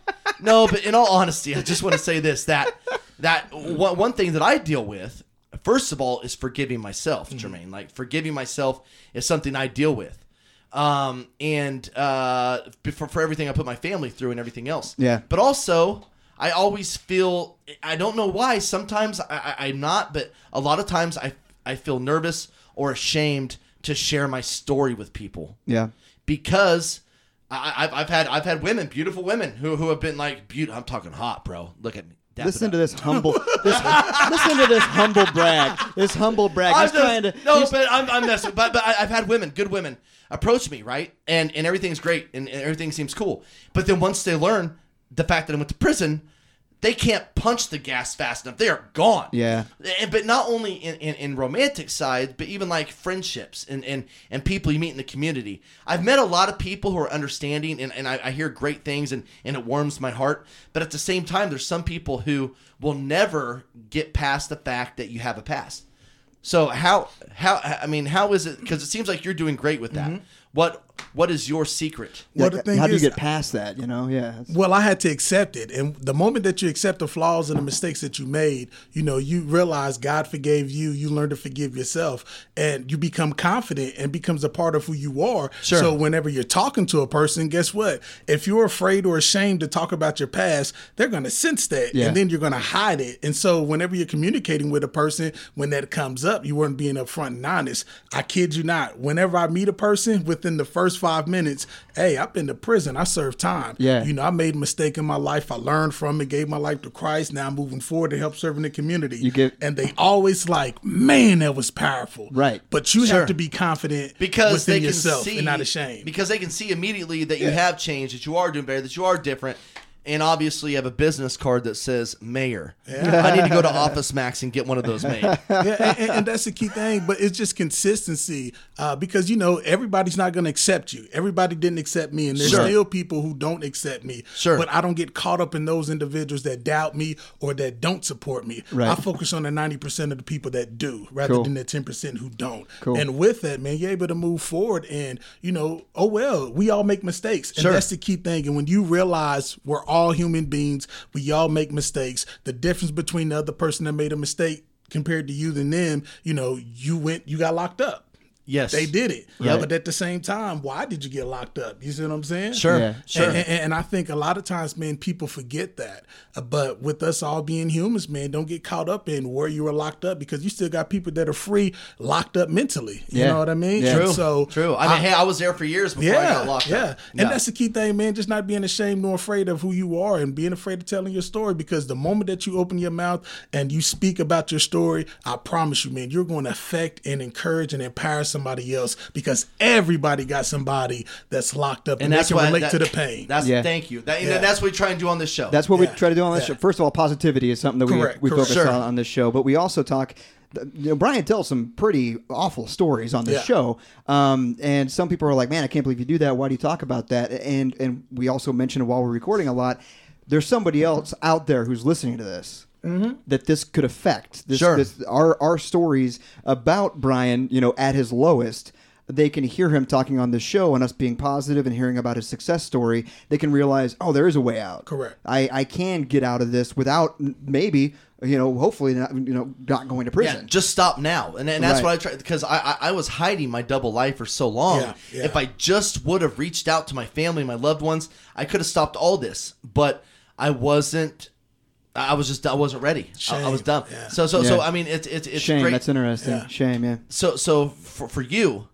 S2: no, but in all honesty, I just want to say this that that one, one thing that I deal with first of all is forgiving myself, Jermaine. Like forgiving myself is something I deal with. Um and uh for, for everything I put my family through and everything else.
S1: Yeah.
S2: But also I always feel I don't know why sometimes I, I I'm not but a lot of times I I feel nervous or ashamed to share my story with people
S1: Yeah.
S2: because I, I've, I've had I've had women, beautiful women, who who have been like, beaut- I'm talking hot, bro. Look at me. Dap it
S1: Listen
S2: up.
S1: to this humble. This, listen to this humble brag. This humble brag.
S2: I'm
S1: He's trying to.
S2: just- no,
S1: he's-
S2: but I'm, I'm messing. But but I, I've had women, good women, approach me right, and and everything's great, and, and everything seems cool. But then once they learn the fact that I went to prison, they can't punch the gas fast enough. They are gone.
S1: Yeah.
S2: And, Eh, but not only in, in, in romantic side, but even like friendships and, and, and people you meet in the community. I've met a lot of people who are understanding and, and I, I hear great things and, and it warms my heart. But at the same time, there's some people who will never get past the fact that you have a past. So how how I mean how is it because it seems like you're doing great with that. What what is your secret?
S3: Well,
S1: like,
S3: the thing
S1: how do you
S3: is-
S1: get past that? You know. Yeah. It's-
S3: Well, I had to accept it. And the moment that you accept the flaws and the mistakes that you made, you know, you realize God forgave you, you learn to forgive yourself, and you become confident and becomes a part of who you are.
S2: Sure.
S3: So whenever you're talking to a person, guess what? If you're afraid or ashamed to talk about your past, they're going to sense that
S1: Yeah.
S3: and then you're going to hide it. And so whenever you're communicating with a person, when that comes up, you weren't being upfront and honest. I kid you not. Whenever I meet a person within the first 5 minutes, hey, I've been to prison, I served time.
S1: Yeah.
S3: You know, I made a mistake in my life. I learned from it, gave my life to Christ. Now I'm moving forward to help serving the community. You
S1: get-
S3: and they always like, man, that was powerful.
S1: Right.
S3: But you
S2: Sure.
S3: have to be confident
S2: because
S3: within
S2: they can
S3: yourself
S2: see
S3: and not ashamed.
S2: Because they can see immediately that you have changed, that you are doing better, that you are different. and obviously you have a business card that says mayor. I need to go to Office Max and get one of those made.
S3: yeah, and, and- and that's the key thing. But it's just consistency uh, because you know everybody's not going to accept you. Everybody didn't accept me, and there's
S2: Sure.
S3: still people who don't accept me.
S2: Sure.
S3: But I don't get caught up in those individuals that doubt me or that don't support me.
S1: Right.
S3: I focus on the ninety percent of the people that do, rather
S1: Cool.
S3: than the ten percent who don't.
S1: Cool.
S3: And with that, man, you're able to move forward, and you know, oh well, we all make mistakes, and
S2: Sure.
S3: that's the key thing. And when you realize we're all human beings, we all make mistakes. The difference between the other person that made a mistake compared to you than them, you know, you went, you got locked up.
S2: Yes.
S3: They did it.
S2: Yep.
S3: But at the same time, why did you get locked up? You see what I'm saying?
S2: Sure.
S1: Yeah.
S2: Sure.
S3: And, and- and I think a lot of times, man, people forget that. Uh, But with us all being humans, man, don't get caught up in where you were locked up because you still got people that are free, locked up mentally. You
S1: Yeah.
S3: know what I mean?
S1: Yeah.
S3: And
S2: True.
S3: So
S2: true. I mean, hey, I was there for years before I
S3: yeah,
S2: got locked
S3: yeah.
S2: up.
S3: And that's the key thing, man. Just not being ashamed nor afraid of who you are and being afraid of telling your story because the moment that you open your mouth and you speak about your story, I promise you, man, you're going to affect and encourage and empower somebody else because everybody got somebody that's locked up and,
S2: and that's
S3: they
S2: why
S3: can relate
S2: that-
S3: to the pain.
S2: That's
S1: Yeah.
S2: thank you. That,
S3: Yeah.
S2: and that's what we try and do on this show.
S1: That's what
S3: Yeah.
S1: we try to do on this show.
S3: Yeah.
S1: First of all, positivity is something that
S3: Correct,
S1: we, we
S3: correct.
S1: focus
S2: Sure.
S1: on on this show, but we also talk. You know, Brian tells some pretty awful stories on this
S3: Yeah.
S1: show, um, and some people are like, "Man, I can't believe you do that. Why do you talk about that?" And and we also mentioned while we're recording a lot, there's somebody else out there who's listening to this.
S3: Mm-hmm.
S1: That this could affect this,
S2: Sure.
S1: this our our stories about Brian, you know, at his lowest, they can hear him talking on this show and us being positive and hearing about his success story. They can realize, oh, there is a way out.
S3: Correct.
S1: I, I can get out of this without m- maybe you know hopefully not you know not going to
S2: yeah,
S1: prison.
S2: just stop now, and, and that's
S1: Right.
S2: what I tried because I, I I was hiding my double life for so long.
S3: Yeah, yeah.
S2: If I just would have reached out to my family, my loved ones, I could have stopped all this. But I wasn't. I I was just I wasn't ready. I, I was
S3: Shame,
S2: dumb.
S3: yeah.
S2: So so so
S1: Yeah.
S2: I mean it's it's it's
S1: Shame.
S2: great.
S1: That's interesting.
S3: Yeah.
S1: Shame. Yeah.
S2: so so for, for you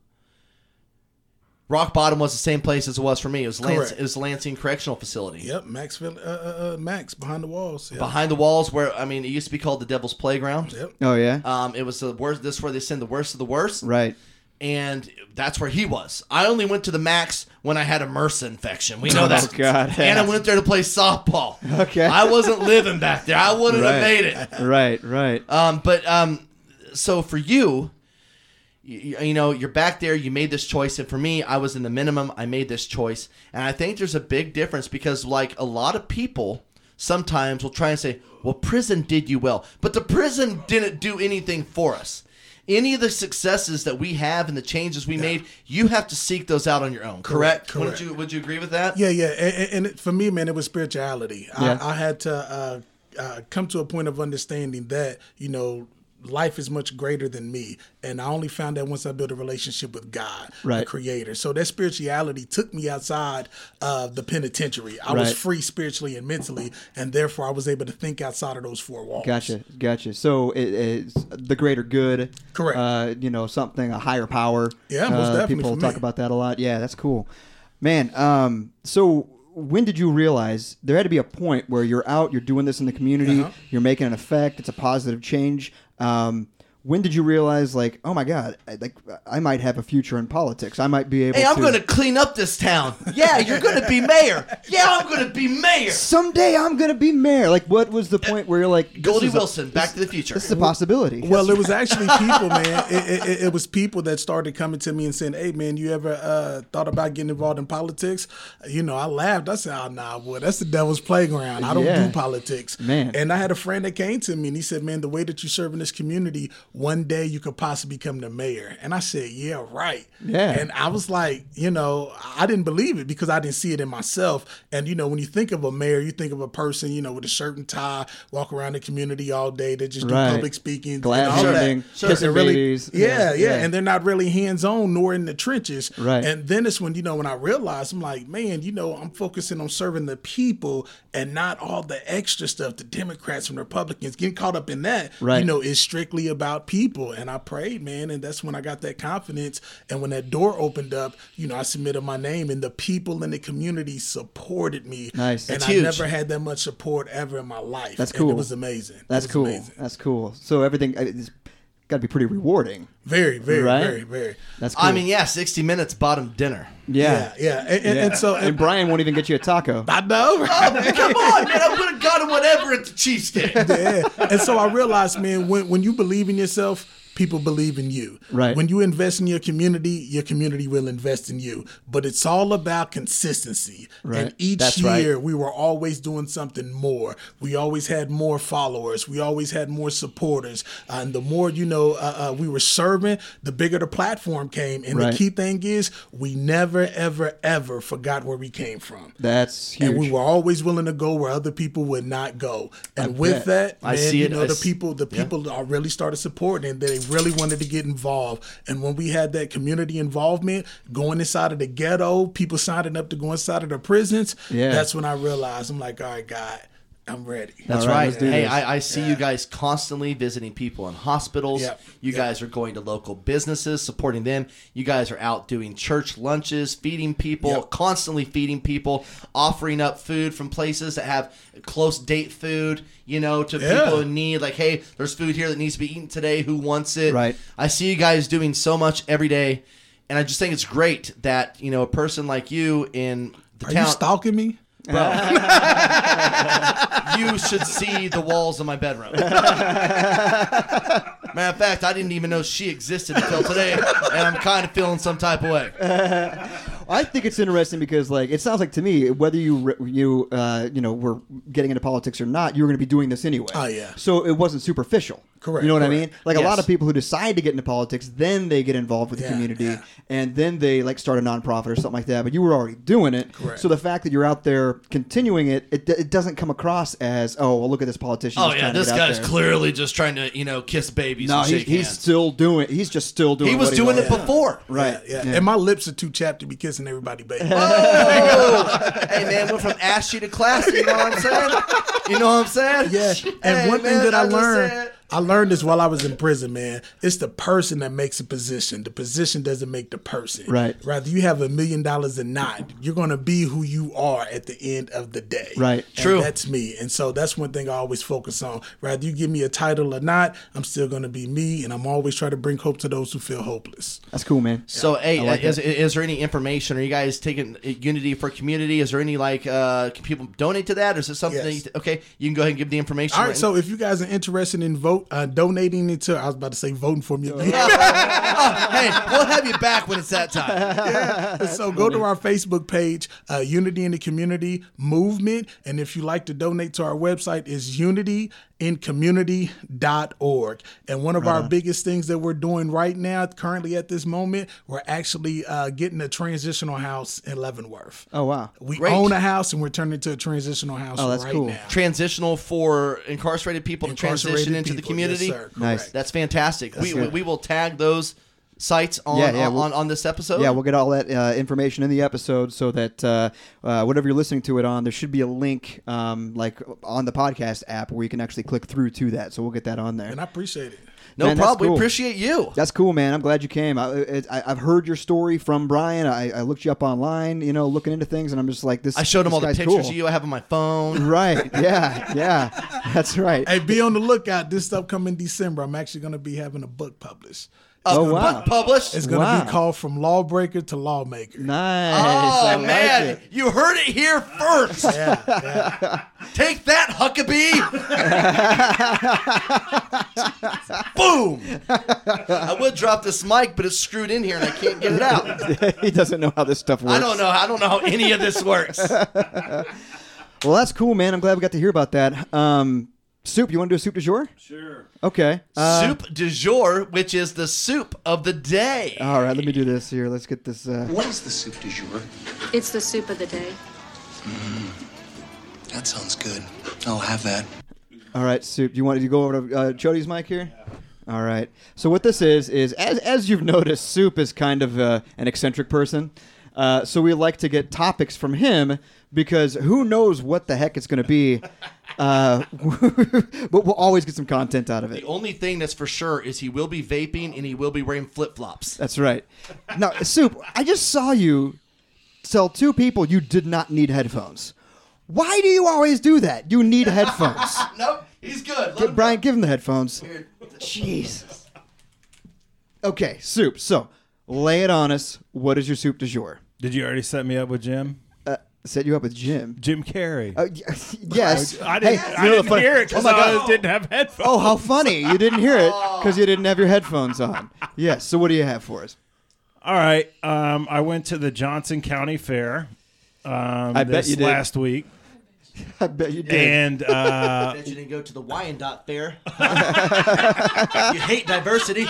S2: rock bottom was the same place as it was for me it was Lance,
S3: Correct.
S2: it was lansing correctional facility
S3: Yep, Max, Vill- uh, uh, uh, Max behind the walls. Yeah.
S2: behind the walls where i mean it used to be called the devil's playground
S3: Yep.
S1: Oh yeah.
S2: um, it was the worst this is where they send the worst of the worst
S1: right.
S2: and that's where he was i only went to the max when i had a mrsa infection we know that
S1: Oh, God.
S2: and i went there to play softball
S1: Okay.
S2: i wasn't living back there i wouldn't
S1: Right.
S2: have made it
S1: Right. Right.
S2: Um, but um, so for you, you, you know, you're back there. You made this choice, and for me, I was in the minimum. I made this choice, and I think there's a big difference because, like a lot of people, sometimes will try and say, "Well, prison did you well," but the prison didn't do anything for us. Any of the successes that we have and the changes we made, you have to seek those out on your own. Correct.
S3: Correct,
S2: Wouldn't
S3: correct.
S2: you? Would you agree with that?
S3: Yeah, yeah, and, and- and it, for me, man, it was spirituality.
S1: Yeah.
S3: I, I had to uh, uh, come to a point of understanding that you know life is much greater than me, and I only found that once I built a relationship with God, the
S1: Right.
S3: Creator. So that spirituality took me outside of the penitentiary. I was
S1: Right.
S3: free spiritually and mentally, and therefore I was able to think outside of those four walls.
S1: Gotcha. Gotcha. So it, it's the greater good.
S3: Correct.
S1: Uh, you know something a higher power.
S3: Yeah, most
S1: uh,
S3: definitely
S1: People
S3: for
S1: talk
S3: me.
S1: about that a lot. Yeah, that's cool, man. Um, so. When did you realize there had to be a point where you're out, you're doing this in the community,
S3: Uh-huh.
S1: you're making an effect, it's a positive change? Um, when did you realize, like, oh my God, I, like I might have a future in politics? I might be able.
S2: Hey,
S1: to...
S2: I'm going to clean up this town. Yeah, you're going to be mayor. Yeah, I'm going to be mayor.
S1: someday I'm gonna be mayor. Like, what was the point where you're like this
S2: Goldie
S1: is a-
S2: Wilson, Back to the Future.
S1: this is a possibility.
S3: Well, it was actually people, man. It, it- it, it was people that started coming to me and saying, "Hey, man, you ever uh, thought about getting involved in politics?" You know, I laughed. I said, "Oh, nah, boy, that's the devil's playground. I don't
S1: Yeah.
S3: do politics,
S1: Man.
S3: And I had a friend that came to me and he said, "Man, the way that you serve in this community, one day you could possibly become the mayor." And I said, "Yeah, right."
S1: Yeah.
S3: And I was like, you know, I didn't believe it because I didn't see it in myself. And you know, when you think of a mayor, you think of a person, you know, with a shirt and tie, walk around the community all day. They just
S1: Right.
S3: do public speaking,
S1: Glad
S3: and all that.
S1: handing,
S3: Sure,
S1: kissing
S3: they're really-
S1: babies.
S3: Yeah, yeah,
S1: Yeah, yeah.
S3: and they're not really hands on nor in the trenches.
S1: Right.
S3: And then it's when you know when I realized I'm like, man, you know, I'm focusing on serving the people and not all the extra stuff, the Democrats and Republicans getting caught up in that.
S1: Right.
S3: You know, it's strictly about people. And I prayed, man, and that's when I got that confidence. And when that door opened up, you know, I submitted my name, and the people in the community supported me.
S1: Nice.
S3: And
S1: That's
S3: I
S2: huge.
S3: never had that much support ever in my life.
S1: That's
S3: And
S1: cool.
S3: it was amazing. It
S1: That's
S3: was
S1: cool.
S3: amazing.
S1: That's cool. So everything. I- It's, got to be pretty rewarding.
S3: Very, very,
S1: Right?
S3: very, very.
S1: That's cool.
S2: I mean, yeah, 60 minutes bottom dinner.
S1: yeah.
S3: yeah. And, and, and so,
S1: and Brian won't even get you a taco.
S3: I know. right?
S2: Come on, man. I would have gotten whatever at the Chiefs game.
S3: yeah. And so I realized, man, when, when you believe in yourself, people believe in you.
S1: Right.
S3: When you invest in your community, your community will invest in you. But it's all about consistency.
S1: Right.
S3: And each
S1: That's right.
S3: year we were always doing something more. We always had more followers. We always had more supporters. Uh, and the more, you know, uh, uh, we were serving, the bigger the platform came. And
S1: Right.
S3: the key thing is we never, ever, ever forgot where we came from.
S1: That's huge.
S3: And we were always willing to go where other people would not go. And with that,
S2: I
S3: man,
S2: see
S3: you
S2: it.
S3: know,
S2: I
S3: the
S2: s-
S3: people, the people are really started supporting and they really wanted to get involved. And when we had that community involvement, going inside of the ghetto, people signing up to go inside of the prisons,
S1: Yeah.
S3: that's when I realized I'm like, all right, God, I'm ready.
S2: That's
S1: All right,
S2: right.
S1: let's do
S2: Hey,
S1: this.
S2: I, I see you guys constantly visiting people in hospitals.
S3: Yep.
S2: You
S3: Yep.
S2: guys are going to local businesses, supporting them. You guys are out doing church lunches, feeding people,
S3: Yep.
S2: constantly feeding people, offering up food from places that have close date food, you know, to
S3: Yeah.
S2: people in need. Like, hey, there's food here that needs to be eaten today. Who wants it?
S1: Right.
S2: I see you guys doing so much every day. And I just think it's great that, you know, a person like you in the
S3: are
S2: town
S3: you stalking me?
S2: you should see the walls of my bedroom. Matter of fact, I didn't even know she existed until today, and I'm kind of feeling some type of way.
S1: I think it's interesting because, like, it sounds like to me whether you re- you uh, you know were getting into politics or not, you were going to be doing this anyway.
S3: Oh, yeah.
S1: So it wasn't superficial.
S3: Correct,
S1: You know what I mean?
S3: correct.
S1: Like a lot
S2: Yes.
S1: of people who decide to get into politics, then they get involved with the
S3: Yeah,
S1: community,
S3: yeah.
S1: and then they like start a nonprofit or something like that. But you were already doing it.
S3: Correct.
S1: So the fact that you're out there continuing it, it, d- it doesn't come across as oh, well, look at this politician.
S2: Oh
S1: who's
S2: yeah,
S1: trying to
S2: this
S1: get out
S2: guy's
S1: there."
S2: clearly just trying to, you know, kiss babies
S1: No,
S2: and
S1: he's,
S2: shake
S1: he's
S2: hands.
S1: still doing. He's just still doing.
S2: he was
S1: what
S2: doing
S1: always
S2: it
S1: done.
S2: before.
S1: Right.
S3: Yeah. And my lips are too chapped to be kissing everybody, baby.
S2: Oh, hey man, went from ashy to classy. You know what I'm saying? You know what I'm saying?
S3: Yeah. And
S2: Hey,
S3: one thing
S2: man,
S3: that I,
S2: just
S3: learned,
S2: said-
S3: I learned this while I was in prison, man. It's the person that makes a position. The position doesn't make the person.
S1: Right.
S3: Rather, you have a million dollars or not, you're going to be who you are at the end of the day.
S1: Right.
S3: And
S2: True.
S3: That's me. And so that's one thing I always focus on. Rather you give me a title or not, I'm still going to be me. And I'm always trying to bring hope to those who feel hopeless.
S1: That's cool, man.
S2: So, hey, is, is there any information? Are you guys taking uh, Unity for Community? Is there any like uh, can people donate to that? Is it something?
S3: Yes.
S2: That you, okay, you can go ahead and give the information.
S3: All
S2: right
S3: right. So if you guys are interested in vote, uh, donating it to, I was about to say voting for me.
S2: hey, we'll have you back when it's that time.
S3: so go to our Facebook page, uh, Unity in the Community Movement. And if you like to donate to our website, is unityincommunity.org. And one of our biggest things that we're doing right now, currently at this moment, we're actually uh, getting a transitional house in Leavenworth.
S1: Oh wow. Oh,
S3: We
S2: Great.
S3: own a house and we're turning it to a transitional house
S1: that's
S3: right
S1: cool.
S3: now.
S2: Transitional for incarcerated people to transition
S3: Incarcerated
S2: into the
S3: people,
S2: community.
S3: yes, sir,
S1: Nice.
S3: correct.
S2: That's fantastic. we, we
S1: good.
S2: we will tag those sites on
S1: Yeah, yeah,
S2: on,
S1: we'll-
S2: on, this episode.
S1: Yeah, we'll get all that uh, information in the episode so that uh, uh, whatever you're listening to it on, there should be a link um, like on the podcast app where you can actually click through to that. So we'll get that on there.
S3: And I appreciate it.
S2: no
S1: man, that's
S2: problem.
S1: cool.
S2: We appreciate you.
S1: That's cool, man. I'm glad you came. I, it, I, I've heard your story from Brian. I, I looked you up online, you know, looking into things, and I'm just like, this.
S2: I showed them
S1: this
S2: all the
S1: guy's
S2: pictures
S1: cool.
S2: of you I have on my phone.
S1: Right. Yeah. Yeah. That's right.
S3: Hey, be on the lookout this upcoming December. I'm actually going to be having a book published.
S1: oh, wow.
S2: Book Uh, published.
S3: It's going to
S1: Wow.
S3: be called From Lawbreaker to Lawmaker.
S1: Nice. I
S2: Oh
S1: like
S2: man,
S1: it.
S2: you heard it here first.
S3: Yeah, yeah.
S2: Take that, Huckabee! Boom! I would drop this mic, but it's screwed in here and I can't get it out.
S1: he doesn't know how this stuff works.
S2: I don't know. I don't know how any of this works.
S1: Uh, Well, that's cool, man. I'm glad we got to hear about that. Um, soup, you want to do a soup du jour?
S6: Sure.
S1: Okay. Uh,
S2: soup du jour, which is the soup of the day.
S1: All right, let me do this here. Let's get this. Uh,
S9: What is the soup du jour?
S10: It's the soup of the day.
S9: That sounds good. I'll have that.
S1: all right, soup. Do you want to go over to uh, Jody's mic here? All right. So what this is is as as you've noticed, soup is kind of uh, an eccentric person. Uh, so we like to get topics from him because who knows what the heck it's going to be. Uh, but we'll always get some content out of it.
S2: The only thing that's for sure is he will be vaping and he will be wearing flip flops.
S1: That's right. Now, Soup, I just saw you tell two people you did not need headphones. Why do you always do that? You need headphones.
S2: Nope, he's good. Let
S1: Give-
S2: him
S1: Brian,
S2: go.
S1: give him the headphones. Jesus. Okay, soup. So lay it on us. What is your soup du jour?
S11: Did you already set me up with Jim?
S1: Uh, set you up with Jim.
S11: Jim Carrey.
S1: Uh, y- yes.
S11: I didn't,
S1: Hey,
S11: I
S1: you know the
S11: didn't
S1: funny-
S11: hear it
S1: Oh
S11: because
S1: my
S11: I
S1: God.
S11: didn't have headphones.
S1: Oh, how funny. You didn't hear it because you didn't have your headphones on. Yes. So, what do you have for us?
S11: All right. Um, I went to the Johnson County Fair. Um,
S1: I bet
S11: this
S1: you did.
S11: last week,
S1: I bet you did.
S11: and uh,
S12: Bet you didn't go to the Wyandotte Fair. you hate diversity.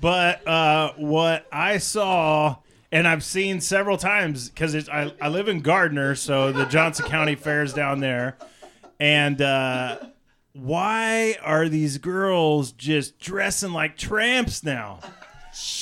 S11: but uh, what I saw, and I've seen several times because I, I live in Gardner, so the Johnson County Fair's down there, and uh, why are these girls just dressing like tramps now?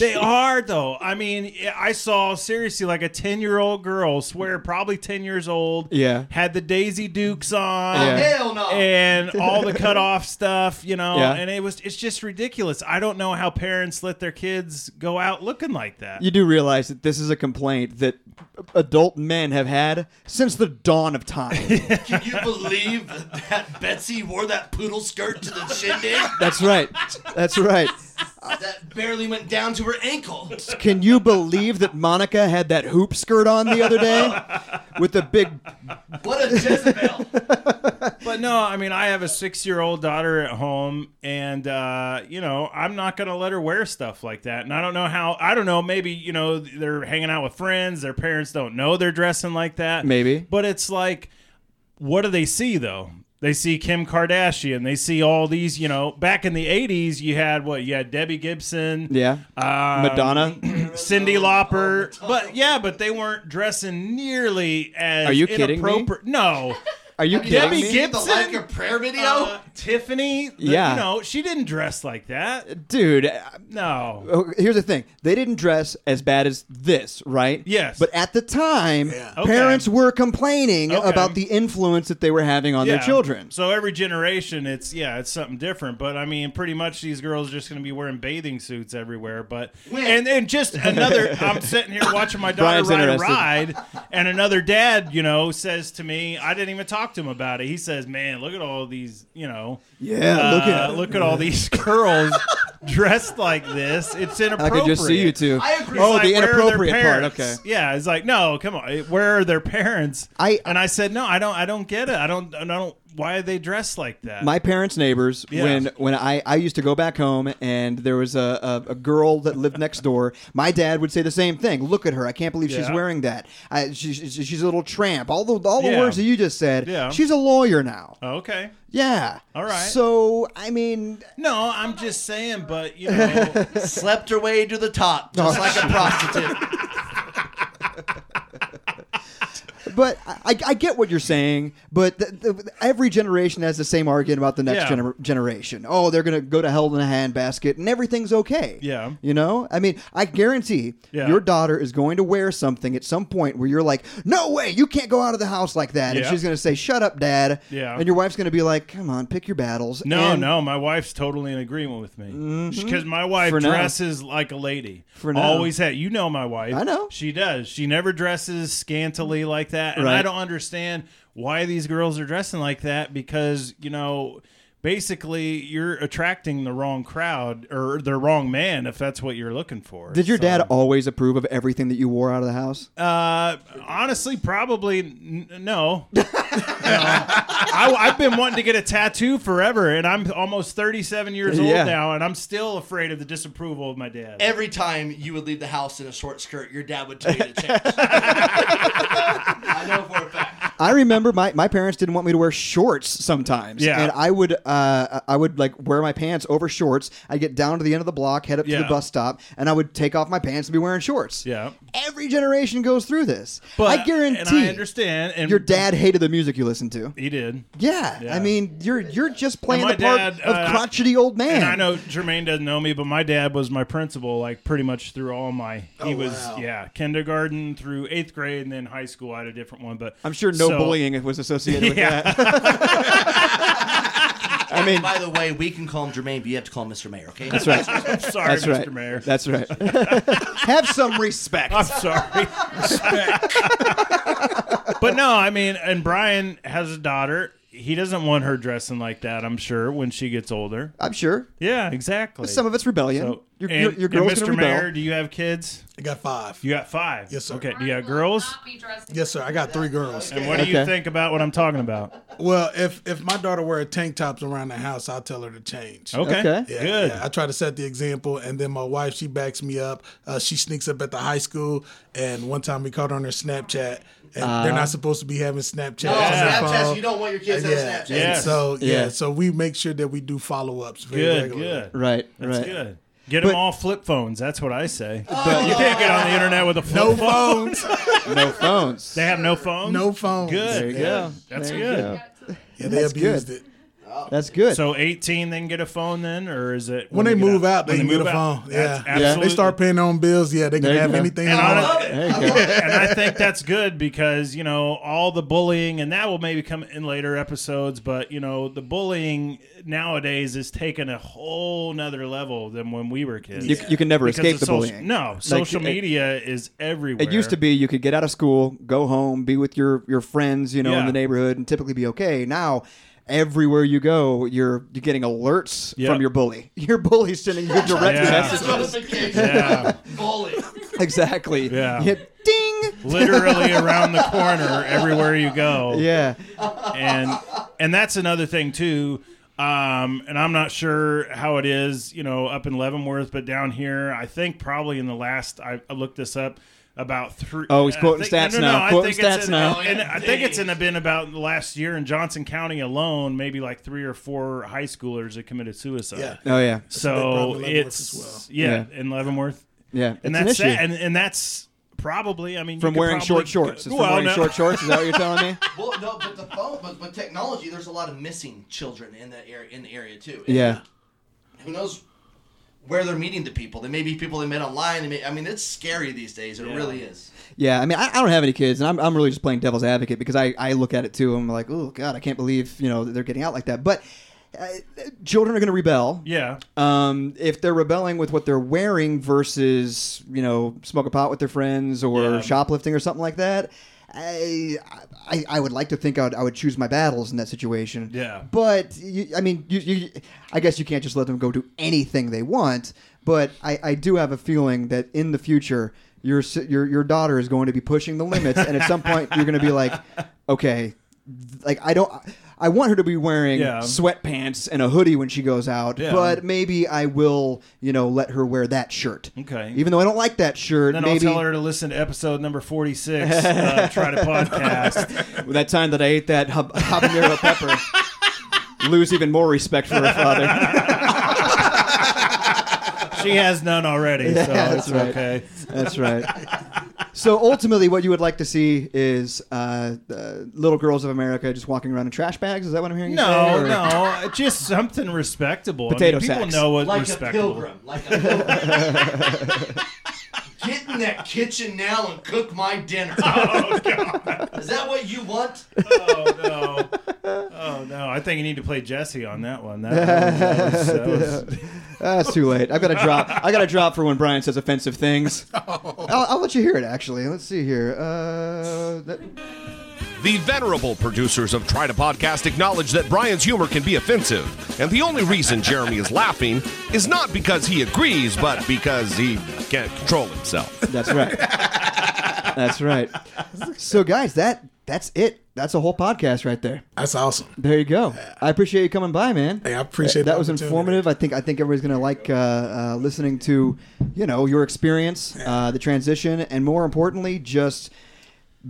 S11: They are though. I mean, I saw seriously like a ten-year-old girl, swear probably ten years old.
S1: Yeah.
S11: had the Daisy Dukes on.
S1: Yeah.
S2: Hell no.
S11: And all the cutoff stuff, you know.
S1: Oh. Yeah.
S11: And it was it's just ridiculous. I don't know how parents let their kids go out looking like that.
S1: You do realize that this is a complaint that adult men have had since the dawn of time.
S2: Can you believe that Betsy wore that poodle skirt to the shindig?
S1: That's right. That's right.
S2: That barely went down to her ankle.
S1: Can you believe that Monica had that hoop skirt on the other day with the big
S2: What a Jezebel.
S11: but no, I mean, I have a six year old daughter at home, and uh, you know, I'm not gonna let her wear stuff like that. And I don't know how. I don't know. Maybe you know, they're hanging out with friends. Their parents don't know they're dressing like that.
S1: Maybe.
S11: But it's like, what do they see though? They see Kim Kardashian. They see all these. You know, back in the '80s, you had what? You had Debbie Gibson.
S1: yeah
S11: Um,
S1: Madonna?
S11: Cindy Lauper, but yeah, but they weren't dressing nearly as
S1: Are you kidding me?
S11: inappropriate. No,
S1: Are you kidding
S11: Debbie
S1: me?
S11: Gibson,
S2: The like a prayer video?
S11: uh, Tiffany, the-
S1: Yeah.
S11: you know she didn't dress like that.
S1: Dude, I-
S11: No,
S1: Oh, here's the thing they didn't dress as bad as this right
S11: Yes.
S1: but at the time
S11: Okay.
S1: parents were complaining
S11: Okay.
S1: about the influence that they were having on
S11: Yeah.
S1: their children
S11: So every generation, it's yeah, it's something different. But I mean, pretty much these girls are just going to be wearing bathing suits everywhere. But and and just another, I'm sitting here watching my daughter
S1: Brian's
S11: ride a
S1: interested.
S11: ride, and another dad, you know, says to me, I didn't even talk to him about it. He says, "Man, look at all these, you know,
S1: Yeah, look at-
S11: uh, look at all these girls." Dressed like this, it's
S1: i
S11: inappropriate.
S1: could just see you two.
S2: I agree.
S1: oh
S11: It's
S1: the
S11: like, where are their
S1: inappropriate part
S11: parents?
S1: okay
S11: Yeah, it's like no, come on. Where are their parents?
S1: I-
S11: and I said no, I don't. I don't get it. I don't. I don't. Why are they dressed like that?
S1: my parents' neighbors
S11: Yeah.
S1: when when I, I used to go back home and there was a, a, a girl that lived next door. My dad would say the same thing. Look at her. I can't believe she's
S11: Yeah.
S1: wearing that. I, she, she- she's a little tramp. All the all the
S11: Yeah.
S1: words that you just said.
S11: Yeah.
S1: She's a lawyer now.
S11: Oh, okay.
S1: Yeah.
S11: All right.
S1: So I mean,
S11: No, I'm just saying. But you know,
S12: Slept her way to the top, just like a prostitute.
S1: but I, I- I get what you're saying. But th th every generation has the same argument about the next
S11: Yeah.
S1: gener- generation. Oh, they're gonna go to hell in a handbasket, and everything's okay.
S11: Yeah.
S1: You know, I mean, I guarantee
S11: Yeah.
S1: your daughter is going to wear something at some point where you're like, "No way, you can't go out of the house like that," and
S11: Yeah.
S1: she's gonna say, "Shut up, dad."
S11: Yeah.
S1: And your wife's gonna be like, "Come on, pick your battles."
S11: no,
S1: And- Mm-hmm.
S11: no. My wife's totally in agreement with me because my wife
S1: For now.
S11: dresses like a lady.
S1: For now.
S11: always had. You know my wife.
S1: I know.
S11: she does. She never dresses scantily like that, and
S1: Right.
S11: I don't understand why these girls are dressing like that because you know. Basically, you're attracting the wrong crowd or the wrong man if that's what you're looking for.
S1: Did your
S11: So-
S1: dad always approve of everything that you wore out of the house?
S11: Uh, honestly, probably n- no. No. I, I've been wanting to get a tattoo forever, and I'm almost 37 years old
S1: Yeah.
S11: now, and I'm still afraid of the disapproval of my dad.
S12: Every time you would leave the house in a short skirt, your dad would tell you to change. I know for a fact.
S1: I remember my, my parents didn't want me to wear shorts sometimes.
S11: Yeah.
S1: And I would uh, I would like wear my pants over shorts. I'd get down to the end of the block, head up to the
S11: Yeah.
S1: bus stop, and I would take off my pants and be wearing shorts.
S11: Yeah.
S1: Every generation goes through this.
S11: But
S1: I guarantee
S11: and I understand. And
S1: your dad hated the music you listened to.
S11: he did.
S1: Yeah.
S11: Yeah.
S1: I mean, you're you're just playing
S11: my
S1: the part
S11: dad,
S1: of
S11: uh,
S1: crotchety old man.
S11: And I know Jermaine doesn't know me, but my dad was my principal, like pretty much through all my.
S1: Oh,
S11: He was yeah, kindergarten through eighth grade, and then high school. I had a different one, but
S1: I'm sure no
S11: so-
S1: bullying was associated with
S11: Yeah.
S1: that. I mean,
S12: By the way, we can call him Jermaine, but you have to call him Mr. Mayor, okay?
S1: that's right.
S11: I'm sorry,
S1: That's
S11: Mr.
S1: right.
S11: Mayor.
S1: That's right. Have some respect.
S11: I'm sorry. but no, I mean, and Brian has a daughter. he doesn't want her dressing like that. I'm sure when she gets older.
S1: I'm sure.
S11: Yeah, exactly.
S1: Some of it's rebellion.
S11: So-
S1: Your-
S11: and,
S1: your- your girls
S11: and
S1: can
S11: Mr.
S1: rebel.
S11: Mayor, do you have kids?
S3: I got five.
S11: You got five. Yes,
S3: sir.
S11: Okay. Do you got girls?
S3: Yes, sir. I got three girls.
S11: And what do you think about what I'm talking about?
S3: Well, if if my daughter wear tank tops around the house, I'll tell her to change.
S11: Okay. Okay.
S3: Yeah,
S11: Oh, Good.
S3: yeah. I try to set the example, and then my wife she backs me up. Uh, she sneaks up at the high school, and one time we caught her on her Snapchat, and
S2: Ah.
S3: they're not supposed to be having Snapchat.
S12: Oh,
S2: No,
S3: on their
S2: Snapchats,
S3: phone.
S2: Oh, you don't want your kids to
S3: yeah.
S2: have Snapchat.
S3: And
S2: Yes.
S3: So yeah,
S11: Yeah.
S3: so we make sure that we do follow ups. Very
S11: Good.
S3: regularly.
S11: Good.
S1: Right.
S11: That's
S1: right.
S11: good. Get them all flip phones. That's what I say. you can't get on the internet with a flip
S3: No
S11: phone.
S1: phones. no phones.
S11: They have no phones.
S3: No phones.
S11: Good.
S3: There you
S11: good.
S3: go.
S11: That's
S3: There you
S11: good.
S3: go. Yeah, they That's abused good.
S1: it. That's good.
S11: So 18, then get a phone, then, or is it
S3: When, they
S11: get
S3: move out, they
S11: when
S3: can get a
S11: move out?
S3: phone. Yeah.
S11: That's
S3: They
S11: absolutely-
S3: start paying their own bills. Yeah, they can
S11: There you
S3: have
S11: go.
S3: anything.
S11: And,
S3: they
S11: I-
S3: want.
S11: and I think that's good because you know all the bullying, and that will maybe come in later episodes. But you know the bullying nowadays is taken a whole nother level than when we were kids.
S1: You- you can never
S11: Because
S1: escape
S11: of
S1: the
S11: social-
S1: bullying.
S11: No,
S1: Like,
S11: social
S1: it-
S11: media is everywhere.
S1: It used to be you could get out of school, go home, be with your your friends, you know, in
S11: Yeah.
S1: the neighborhood, and typically be okay. Now, everywhere you go, you're you're getting alerts
S11: Yeah.
S1: from your bully. Your bully's sending you direct
S11: Yeah.
S1: messages.
S11: Yeah.
S2: Bully.
S1: exactly.
S11: Yeah.
S1: You hit ding.
S11: literally around the corner everywhere you go.
S1: Yeah.
S11: And and that's another thing too. Um, and I'm not sure how it is, you know, up in Leavenworth, but down here, I think probably in the last I, I looked this up about three.
S1: Oh, he's quoting
S11: I think-
S1: stats now,
S11: I
S1: quoting
S11: think it's
S1: stats
S11: in-
S1: now.
S11: and I think it's in the been about the last year in Johnson County alone, maybe like three or four high schoolers that committed suicide.
S1: Yeah. Oh, yeah. That's a big problem in
S11: So
S1: Leavenworth
S11: it's
S1: as well.
S11: yeah, in Leavenworth.
S1: Yeah, it's an
S11: and that's
S1: issue.
S11: sad. And, and that's probably I mean you
S1: From
S11: could
S1: wearing
S11: probably
S1: short
S11: go-
S1: shorts. It's from
S11: Well,
S1: wearing
S11: no.
S1: short shorts. Is that what you're telling me?
S2: Well, no, but the phone, but, but technology. There's a lot of missing children in that area in the area too. And
S1: Yeah.
S2: Who knows where they're meeting the people? They may be people they met online. They may, I mean, it's scary these days. It really is.
S1: Yeah, I mean, I, I don't have any kids, and I'm, I'm really just playing devil's advocate because I, I look at it too. And I'm like, oh god, I can't believe you know that they're getting out like that. But uh, children are going to rebel.
S11: Yeah.
S1: Um, if they're rebelling with what they're wearing versus you know smoking pot with their friends or
S11: Yeah.
S1: shoplifting or something like that, I I, I would like to think I would, I would choose my battles in that situation.
S11: Yeah.
S1: But you, I mean, you, you, I guess you can't just let them go do anything they want. But I, I do have a feeling that in the future, your s- your your daughter is going to be pushing the limits, and at some point, you're going to be like, okay, th- like I don't. I want her to be wearing
S11: Yeah.
S1: sweatpants and a hoodie when she goes out,
S11: Yeah.
S1: but maybe I will, you know, let her wear that shirt.
S11: Okay.
S1: Even though I don't like that shirt,
S11: Then
S1: maybe
S11: I'll tell her to listen to episode number 46 uh, Try to Podcast.
S1: With that time that I ate that hab- habanero pepper, lose even more respect for her father.
S11: She has none already,
S1: Yeah,
S11: so
S1: that's
S11: it's
S1: right.
S11: okay.
S1: That's right. So ultimately, what you would like to see is uh, uh, little girls of America just walking around in trash bags. Is that what I'm hearing? you
S11: No,
S1: say, or-
S11: no, just something respectable. I mean,
S1: Potato
S11: people
S1: sacks.
S11: know what
S1: Like a
S11: respectable.
S1: pilgrim,
S2: like a Get in that kitchen now and cook my dinner. Oh God! Is that what you want?
S11: oh no, oh no! I think you need to play Jesse on that one. That, that was, that was-
S1: That's Ah, too late. I've got to drop. I got to drop for when Brian says offensive things. I'll, I'll let you hear it. Actually, let's see here. Uh, that,
S5: The venerable producers of Try to Podcast acknowledge that Brian's humor can be offensive, and the only reason Jeremy is laughing is not because he agrees, but because he can't control himself.
S1: That's right. That's right. So, guys, that that's it. That's a whole podcast right there.
S3: That's awesome.
S1: There you go. I appreciate you coming by, man.
S3: Hey, I appreciate
S1: that.
S3: the
S1: was
S3: opportunity.
S1: informative. I think I think everybody's gonna like uh, uh, listening to, you know, your experience, uh, the transition, and more importantly, just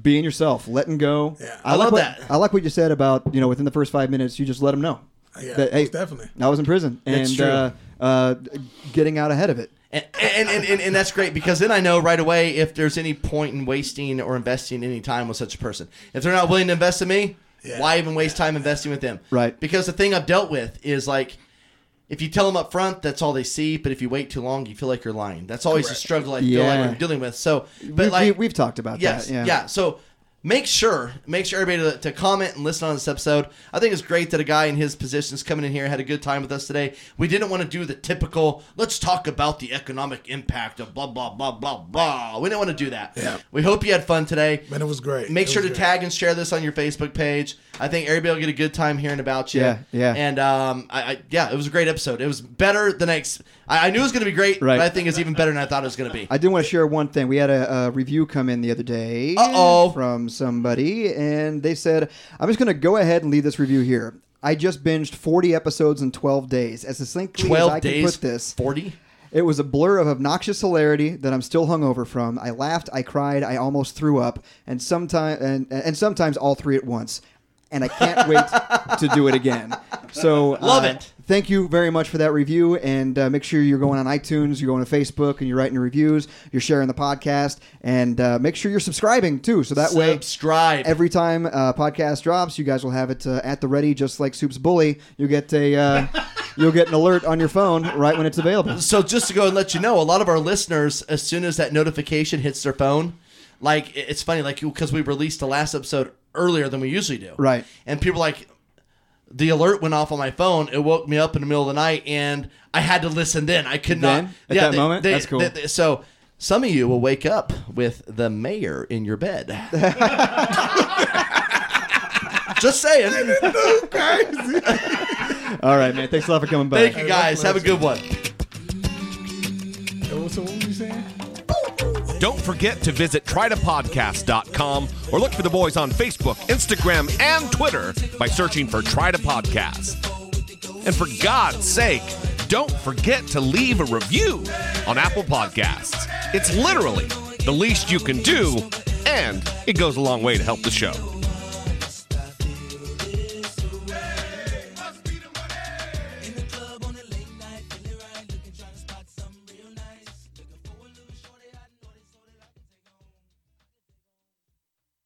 S1: being yourself, letting go. I, like
S3: love
S1: what,
S3: that.
S1: I like what you said about you know within the first five minutes, you just let them know.
S3: Uh, Yeah,
S1: hey,
S3: most definitely.
S1: I was in prison
S2: That's
S1: and
S2: true.
S1: uh, uh, getting out ahead of it.
S2: And, and, and, and, and that's great because then I know right away if there's any point in wasting or investing any time with such a person. If they're not willing to invest in me, why even waste time investing with them?
S1: Right.
S2: Because the thing I've dealt with is like, if you tell them up front, that's all they see. But if you wait too long, you feel like you're lying. That's always the
S1: Correct.
S2: struggle I feel
S1: Yeah.
S2: like I'm dealing with. So, but
S1: we,
S2: like,
S1: we, have talked about
S2: yes,
S1: that. Yeah.
S2: So make sure, make sure everybody to, to comment and listen on this episode. I think it's great that a guy in his position is coming in here had a good time with us today. We didn't want to do the typical. Let's talk about the economic impact of blah blah blah blah blah. We didn't want to do that. Yeah. We hope you had fun today.
S3: Man, it was great.
S2: Make
S3: It
S2: sure
S3: was
S2: to
S3: great.
S2: tag and share this on your Facebook page. I think everybody will get a good time hearing about you.
S1: Yeah, yeah.
S2: And um, I, I yeah, it was a great episode. It was better than I. ex- I, I knew it was going to be great,
S1: Right.
S2: but I think it's even better than I thought it was going to be.
S1: I did want to share one thing. We had a, a review come in the other day
S2: Uh-oh.
S1: from somebody, and they said, I'm just going to go ahead and leave this review here. I just binged 40 episodes in 12 days. As succinctly as
S2: 12
S1: I can
S2: days,
S1: put this,
S2: 40?
S1: It was a blur of obnoxious hilarity that I'm still hungover from. I laughed, I cried, I almost threw up, and sometimes and, and sometimes all three at once. And I can't wait to do it again. So
S2: Love
S1: uh,
S2: it.
S1: Thank you very much for that review, and uh, make sure you're going on iTunes, you're going to Facebook, and you're writing your reviews. You're sharing the podcast, and uh, make sure you're subscribing too. So that way,
S2: subscribe
S1: every time uh, podcast drops. You guys will have it uh, at the ready, just like Soup's Bully. You get a uh, you'll get an alert on your phone right when it's available.
S2: So just to go and let you know, a lot of our listeners, as soon as that notification hits their phone, like it- it's funny, like because we released the last episode earlier than we usually do,
S1: Right.
S2: And people are like, the alert went off on my phone. It woke me up in the middle of the night, and I had to listen. Then I could not.
S1: Then? At that moment? That's cool.
S2: so. Some of you will wake up with the mayor in your bed. Just saying.
S1: All right, man. Thanks a lot for coming by.
S2: Thank you guys. Have a good one.
S3: So what were you saying?
S5: Don't forget to visit trytopodcast.com or look for the boys on Facebook, Instagram, and Twitter by searching for Try to Podcast. And for God's sake, don't forget to leave a review on Apple Podcasts. It's literally the least you can do, and it goes a long way to help the show.